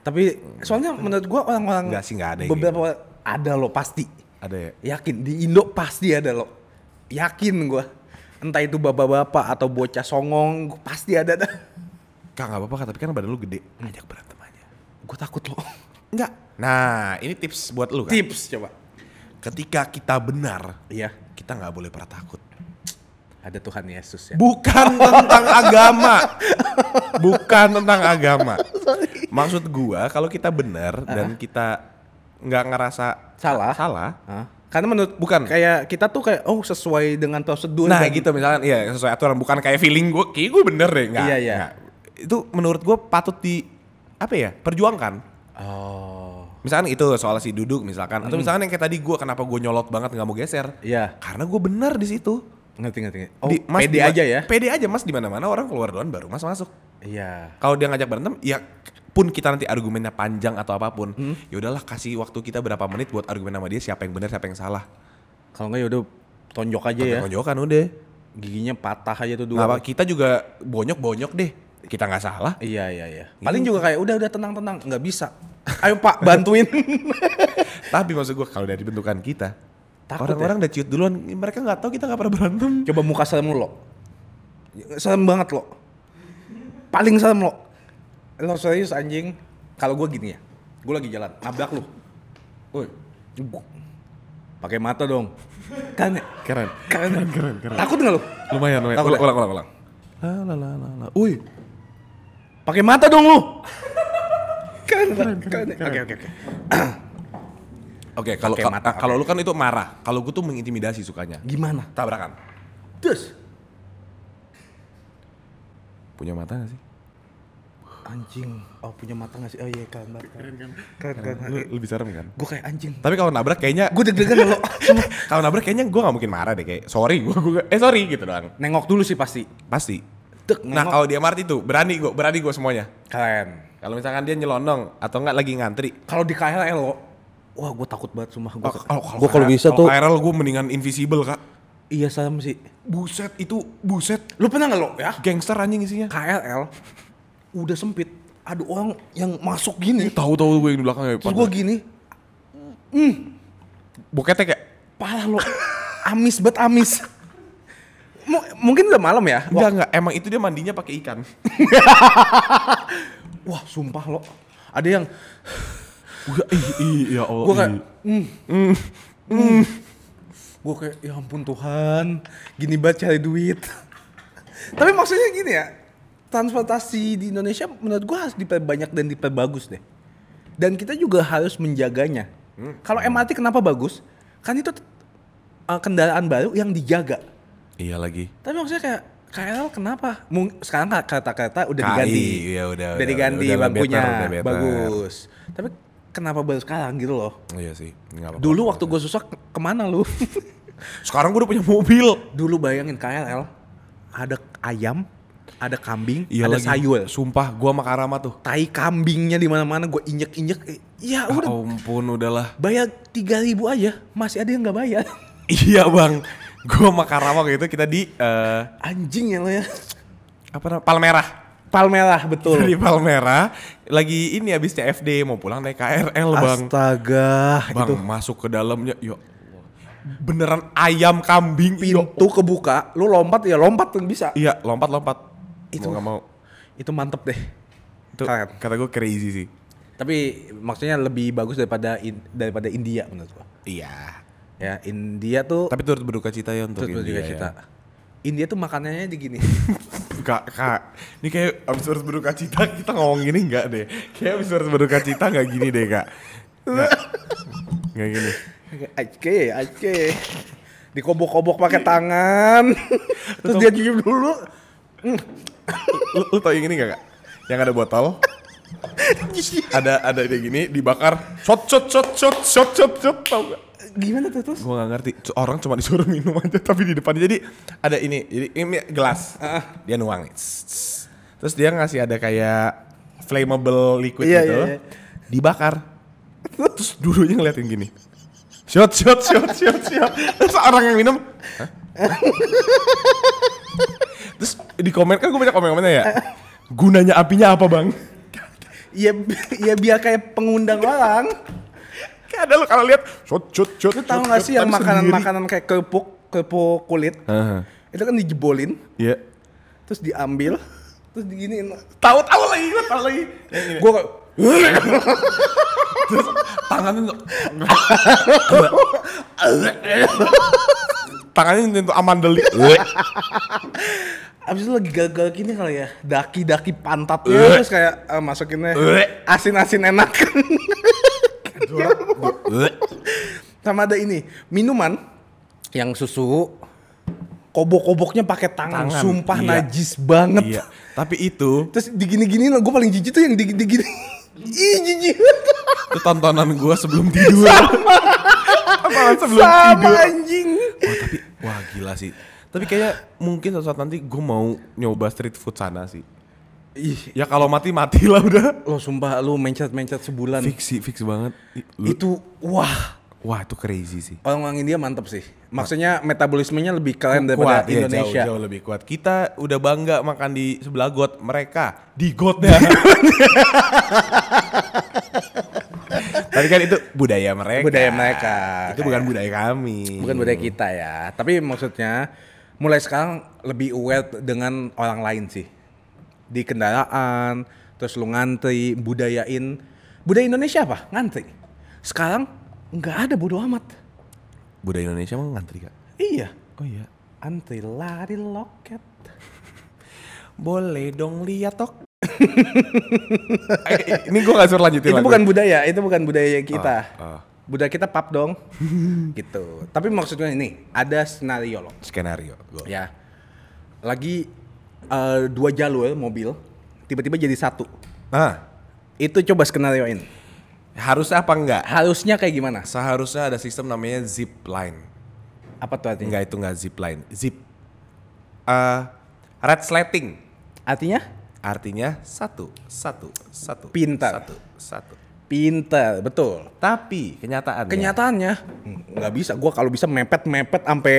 S1: Tapi soalnya menurut gue orang-orang
S2: Nggak sih, nggak ada yang
S1: beberapa ada loh pasti.
S2: Ada ya.
S1: Yakin di Indo pasti ada loh. Yakin gua. Entah itu bapak-bapak atau bocah songong, gua pasti ada dah.
S2: Kak nggak apa-apa kak, tapi kan badan lu gede. Ajak berantem aja.
S1: Gua takut loh.
S2: Enggak. Nah, ini tips buat lu kak.
S1: Tips coba.
S2: Ketika kita benar,
S1: Iya,
S2: kita nggak boleh pernah takut.
S1: Ya. ada Tuhan Yesus ya. <laughs>
S2: Bukan tentang agama. Bukan tentang agama. Maksud gua kalau kita benar dan kita nggak ngerasa
S1: Salah.
S2: salah,
S1: Hah?
S2: Karena menurut bukan
S1: Kayak kita tuh kayak oh sesuai dengan prosedur.
S2: Nah
S1: dan-
S2: gitu misalkan iya sesuai aturan bukan kayak feeling gue, kayak gue bener deh enggak.
S1: Iya, iya.
S2: enggak. Itu menurut gue patut di apa ya? Perjuangkan.
S1: Oh.
S2: Misalkan itu soal si duduk misalkan atau misalkan yang kayak tadi gue kenapa gue nyolot banget nggak mau geser.
S1: Hmm. Iya.
S2: Karena gue benar di situ.
S1: Ngerti ngerti. ngerti. Oh,
S2: Di-
S1: pede
S2: di-
S1: aja ya.
S2: Pede aja mas di mana mana orang keluar duluan baru mas masuk.
S1: Iya.
S2: Kalau dia ngajak berantem ya pun kita nanti argumennya panjang atau apapun,
S1: Hmm.
S2: ya udahlah kasih waktu kita berapa menit buat argumen sama dia siapa yang benar siapa yang salah.
S1: Kalau enggak ya udah tonjok aja ya.
S2: Yeah. udah.
S1: Giginya patah aja tuh dua.
S2: Nggak apa kita juga bonyok bonyok deh. Kita nggak
S1: <laughs>
S2: salah.
S1: Iya iya iya. Paling juga kayak udah udah tenang tenang nggak bisa. Ayo Pak bantuin. <laughs>
S2: Tapi maksud gua kalau dari bentukan kita,
S1: Takut ya?
S2: orang-orang udah ciut duluan, mereka nggak tahu kita nggak pernah berantem.
S1: Coba muka serem lo. Serem banget lo. Paling serem lo. Lo serius anjing. Kalau gue gini ya. Gue lagi jalan. Nabrak lu.
S2: Woi,
S1: Pakai mata dong. Kan ya?
S2: keren.
S1: Keren.
S2: Keren, keren.
S1: Takut nggak lu?
S2: Lumayan, lumayan.
S1: Takut
S2: Ulang,
S1: ya?
S2: ulang, ulang, ulang. La la la la la. Uy,
S1: Pakai mata dong lu. Keren. Keren. ya? Oke oke oke.
S2: Oke, kalau
S1: Pakai
S2: ka-
S1: mata,
S2: ah, kalau lu kan itu marah. Kalau gua tuh mengintimidasi sukanya.
S1: Gimana?
S2: Tabrakan.
S1: Terus.
S2: Punya mata gak sih?
S1: Anjing. Oh punya mata nggak sih? Oh iya keren banget. Keren kan. Keren keren.
S2: Lu lebih serem kan?
S1: Gue kayak anjing.
S2: Tapi kalau nabrak kayaknya
S1: Gue <laughs> deg-degan ya, lo.
S2: kalau nabrak kayaknya gua nggak mungkin marah deh kayak sorry gua gua eh sorry gitu doang.
S1: Nengok dulu sih pasti.
S2: Pasti.
S1: Dek,
S2: Nah,
S1: nengok.
S2: kalau dia marah itu berani gua, berani gua semuanya.
S1: Keren.
S2: Kalau misalkan dia nyelonong atau nggak lagi ngantri,
S1: Kalau di KRL lo, wah gue takut banget sumpah gue.
S2: Gua KRL gue mendingan invisible kak
S1: iya serem sih.
S2: buset itu buset
S1: Lu pernah nggak lo ya?
S2: gangster anjing isinya
S1: KRL udah sempit, ada orang yang masuk gini,
S2: tahu tahu gue yang di belakang ya
S1: terus gue gini,
S2: boketnya kayak
S1: parah lo, amis bet amis. Mu- mungkin udah malam ya. Wah,
S2: enggak enggak emang itu dia mandinya pakai ikan
S1: wah, sumpah lo, ada yang
S2: Gua, ih, ih, ya Allah
S1: gue kayak,
S2: ih.
S1: mm, gue kayak ya ampun Tuhan, gini banget cari duit. <laughs> Tapi maksudnya gini ya, transportasi di Indonesia menurut gue harus diperbanyak dan diperbagus deh. Dan kita juga harus menjaganya.
S2: Hmm.
S1: Kalau MRT kenapa bagus? Kan itu uh, kendaraan baru yang dijaga.
S2: iya lagi
S1: Tapi maksudnya kayak KRL kenapa? Mung- sekarang ka- kereta-kereta udah
S2: KI,
S1: diganti.
S2: iya udah,
S1: Udah
S2: udah,
S1: diganti
S2: udah, udah
S1: bangkunya.
S2: better, udah better.
S1: bagus. Tapi kenapa baru sekarang gitu loh?
S2: iya sih nggak apa-apa.
S1: Dulu waktu gue susah ke- kemana lu?
S2: sekarang gue udah punya mobil
S1: <laughs> Dulu bayangin KRL ada ayam, ada kambing,
S2: iya
S1: ada
S2: lagi
S1: sayur.
S2: sumpah gue sama Karama tuh
S1: Tai kambingnya di mana-mana gue injek-injek. eh, Ya
S2: Ah,
S1: udah
S2: ampun udahlah <laughs>
S1: bayar 3000 aja, masih ada yang nggak bayar. <laughs>
S2: iya bang gue sama Karama waktu itu kita di eh,
S1: Anjing ya lo ya.
S2: apa namanya Palmerah
S1: Palmerah
S2: dari
S1: betul.
S2: Palmera lagi ini habis CFD mau pulang naik KRL
S1: Iya,
S2: bang
S1: Astaga,
S2: bang
S1: gitu.
S2: masuk ke dalamnya ya Allah. beneran ayam kambing ya
S1: Pintu kebuka, lu lompat ya lompat tuh bisa.
S2: iya lompat lompat
S1: Itu.
S2: itu nggak mau
S1: Itu mantep deh.
S2: itu
S1: Keren.
S2: kata gue crazy sih
S1: Tapi maksudnya lebih bagus daripada in- daripada India menurut gua.
S2: iya
S1: Ya, India tuh
S2: tapi turut berduka cita ya untuk
S1: Terus gua
S2: India
S1: juga
S2: ya.
S1: cerita. India tuh makanannya di gini. <laughs>
S2: kak kak ini kayak abis turut berduka cita kita ngomong gini nggak deh kayak abis turut berduka cita nggak gini deh kak Nggak. nggak gini
S1: Acke, acke. Dikobok-kobok pakai tangan. <laughs> Terus dia cium dulu.
S2: lu, lu tau yang ini gak kak? Yang ada botol ada ada dia gini dibakar shot shot shot shot shot shot shot tau gak?
S1: Gimana tuh terus?
S2: Gue gak ngerti C- orang cuma disuruh <laughs> minum aja tapi di depan jadi ada ini jadi ini gelas dia nuang nih Tss, tss. terus dia ngasih ada kayak flammable liquid
S1: Iya,
S2: gitu
S1: iya, iya.
S2: dibakar terus dulunya ngeliatin gini shot shot shot shot shot terus orang yang minum "Hah? Hah?" terus di komen kan gue baca komen-komennya ya gunanya apinya apa bang
S1: <laughs> Ya, ya biar kayak pengundang orang.
S2: Kayak ada lo kalau lihat shot shot shot.
S1: Lu tahu gak sih yang makanan-makanan kayak kerupuk, kerupuk kulit? Itu kan dijebolin,
S2: Iya.
S1: terus diambil, terus diginiin.
S2: Tahu tahu lagi, gua tahu lagi.
S1: Gua kayak,
S2: Tangannya tuh- <laughs> Tangannya nyentuh amandel.
S1: abis itu lagi gagal gini kali ya, daki-daki pantatnya, terus kayak eh, <laughs> masukinnya asin-asin enak. Sama ada ini minuman yang susu kobok-koboknya pakai tangan.
S2: Tangan,
S1: Sumpah
S2: iya.
S1: najis banget.
S2: Iya. Tapi itu
S1: Terus digini-gini gue paling jijik tuh yang digi- <laughs> digini. Ih jijik.
S2: itu tontonan gua sebelum tidur. Apalagi sebelum
S1: Sama
S2: tidur.
S1: anjing.
S2: Wah, tapi wah gila sih. Tapi kayaknya mungkin suatu saat nanti gue mau nyoba street food sana sih.
S1: Ih,
S2: Ya kalau mati matilah udah.
S1: lo sumpah lu mencet-mencet sebulan.
S2: Fix sih, fix banget. I- lu-
S1: Itu wah.
S2: wah itu crazy sih.
S1: Orang-orang India mantep sih. Maksudnya metabolismenya lebih keren
S2: Kuat
S1: daripada
S2: iya,
S1: Indonesia.
S2: jauh, jauh lebih kuat. Kita udah bangga makan di sebelah got mereka di gotnya. <laughs> Tapi kan itu budaya mereka.
S1: Budaya mereka.
S2: Itu bukan budaya kami.
S1: Bukan budaya kita ya. Tapi maksudnya mulai sekarang lebih aware dengan orang lain sih. Di kendaraan, terus lu ngantri, budayain. Budaya Indonesia apa? Ngantri. Sekarang nggak ada bodo amat.
S2: budaya Indonesia emang ngantri kak.
S1: Iya.
S2: Oh iya.
S1: Antri lari loket.
S2: Boleh dong lihat
S1: <laughs>
S2: tok. Eh, Ini gue gak suruh lanjutin
S1: Itu
S2: lagu.
S1: bukan budaya, itu bukan budaya kita.
S2: Ah, ah.
S1: Budaya kita pap dong. <laughs> gitu. Tapi maksudnya ini, ada skenario loh.
S2: skenario. Gua.
S1: Ya. Lagi eh, dua jalur mobil, tiba-tiba jadi satu.
S2: Nah,
S1: Itu coba skenarioin.
S2: harusnya apa enggak?
S1: Harusnya kayak gimana?
S2: Seharusnya ada sistem namanya zip line.
S1: Apa tuh artinya?
S2: Enggak itu enggak zip line. Zip eh red sleting.
S1: Artinya?
S2: Artinya satu, satu, satu.
S1: Pintar.
S2: Satu, satu.
S1: Pinter, betul.
S2: Tapi kenyataannya.
S1: Kenyataannya nggak bisa. Gua kalau bisa mepet-mepet sampai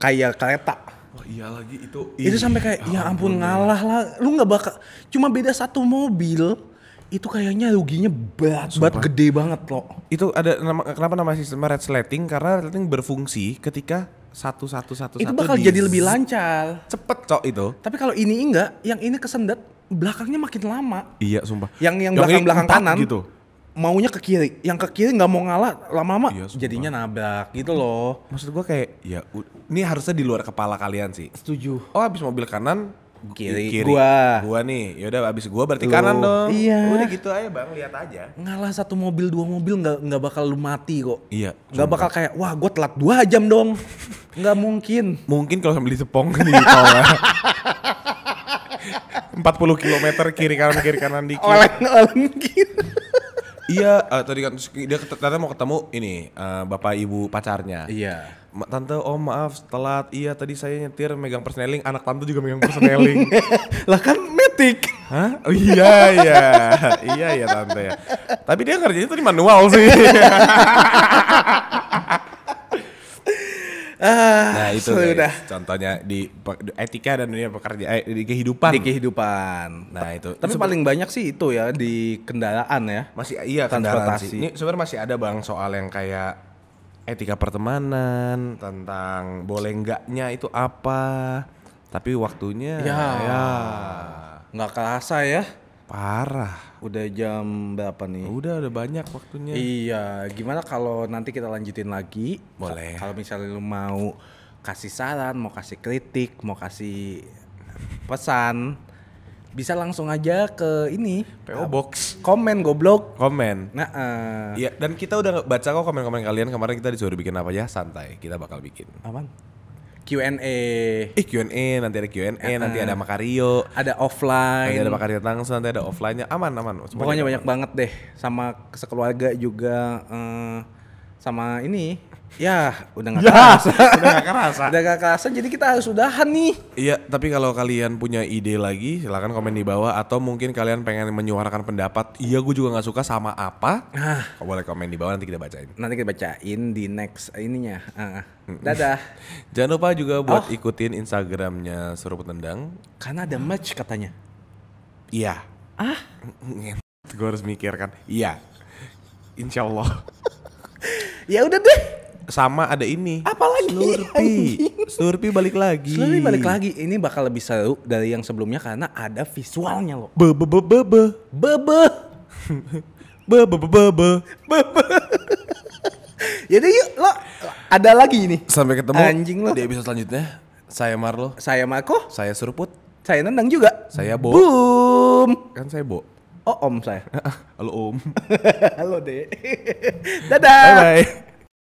S1: kayak kereta.
S2: Wah, iya lagi itu.
S1: Itu
S2: ih,
S1: sampai kayak ya ampun ngalah lah. Lu nggak bakal cuma beda satu mobil itu kayaknya ruginya berat banget gede banget loh.
S2: Itu ada nama, kenapa nama sistemnya red sleting? Karena red sleting berfungsi ketika satu satu satu
S1: Itu
S2: satu
S1: bakal
S2: di-
S1: jadi lebih lancar.
S2: cepet cok itu.
S1: Tapi kalau ini enggak, yang ini kesendat belakangnya makin lama.
S2: Iya sumpah.
S1: Yang yang
S2: ini
S1: belakang-belakang
S2: empat
S1: kanan
S2: gitu.
S1: maunya ke kiri, yang ke kiri nggak mau ngalah lama-lama
S2: Iya, sumpah.
S1: jadinya nabrak gitu loh.
S2: Maksud gua kayak ya u- ini harusnya di luar kepala kalian sih.
S1: Setuju.
S2: Oh habis mobil kanan gu-
S1: Kiri, gua.
S2: Gua nih. Yaudah habis gua berarti
S1: Lu.
S2: kanan dong.
S1: Iya.
S2: Udah gitu aja Bang, lihat aja.
S1: ngalah satu mobil dua mobil nggak nggak bakal lu mati kok
S2: Iya,
S1: nggak bakal kayak wah gue telat dua jam
S2: <laughs>
S1: dong nggak mungkin
S2: Mungkin kalau sambil sepong <laughs> di tol. ya. 40 km kiri kanan kiri kanan dikit.
S1: oleng oleng gitu
S2: iya, eh, tadi kan terus dia ket- ternyata mau ketemu ini eh, bapak ibu pacarnya.
S1: iya
S2: Ma- Tante, oh maaf telat. Iya, tadi saya nyetir megang persneling, anak tante juga megang persneling.
S1: <laughs> lah kan metik
S2: <laughs> Hah? Oh iya iya. iya iya tante ya. Tapi dia kerjanya tadi
S1: <laughs>
S2: manual sih.
S1: ah
S2: nah, itu guys,
S1: sudah
S2: contohnya di pe- di etika dan dunia pekerjaan eh, di kehidupan.
S1: di kehidupan
S2: Nah, itu.
S1: tapi
S2: Sebe-
S1: paling banyak sih itu ya di kendaraan ya
S2: masih iya kendaraan
S1: Transportasi.
S2: sih. Ini sebenarnya masih ada Bang soal yang kayak etika pertemanan, tentang boleh enggaknya itu apa. Tapi waktunya
S1: Ya.
S2: ya
S1: nggak kerasa ya
S2: parah. Ya
S1: udah jam berapa nih
S2: Udah udah banyak waktunya.
S1: Iya, gimana kalau nanti kita lanjutin lagi?
S2: Boleh.
S1: Kalau misalnya lu mau kasih saran, mau kasih kritik, mau kasih pesan, bisa langsung aja ke ini
S2: PO Box
S1: komen goblok.
S2: komen.
S1: Nah, eh,
S2: Iya, dan kita udah baca kok komen-komen kalian kemarin kita disuruh bikin apa ya, santai. Kita bakal bikin.
S1: apaan? Q&A,
S2: Eh Q&A, nanti ada Q&A,
S1: Eh,
S2: nanti ada Makario,
S1: ada
S2: nanti ada
S1: offline.
S2: Makario langsung, nanti ada offline-nya. Aman, aman. Semuanya
S1: Pokoknya
S2: aman.
S1: banyak banget deh sama sekeluarga juga eh, sama ini. Ya, udah nggak kerasa.
S2: <laughs> Udah gak kerasa.
S1: udah nggak kerasa. Jadi kita harus udahan nih.
S2: Iya, tapi kalau kalian punya ide lagi, silahkan komen di bawah. Atau mungkin kalian pengen menyuarakan pendapat, iya gue juga gak suka sama apa. <laughs>
S1: Ah.
S2: Boleh komen di bawah, nanti kita bacain.
S1: nanti kita bacain di next ininya. Ah, dadah.
S2: Jangan lupa juga buat ikutin Instagramnya Seruput Tendang.
S1: Karena ada match katanya.
S2: Iya. <laughs> Ah? gue harus mikir kan. Iya. Insya Allah.
S1: Ya udah deh.
S2: sama ada ini.
S1: Apa lagi?
S2: Slurpee. Slurpee balik lagi.
S1: Slowly balik lagi. Ini bakal lebih seru dari yang sebelumnya karena ada visualnya loh.
S2: Be be be be be.
S1: Bebe.
S2: <laughs> Be be be be be.
S1: Jadi Ya yuk lo ada lagi ini.
S2: Sampai ketemu
S1: Anjing lo.
S2: di episode selanjutnya. Saya Marlo,
S1: Saya Marco,
S2: saya Surput,
S1: saya Nendang juga.
S2: saya Bo.
S1: Boom.
S2: Kan saya Bo.
S1: <laughs> Oh, om saya.
S2: Halo Om.
S1: <laughs> Halo, Dek. dadah.
S2: Bye bye.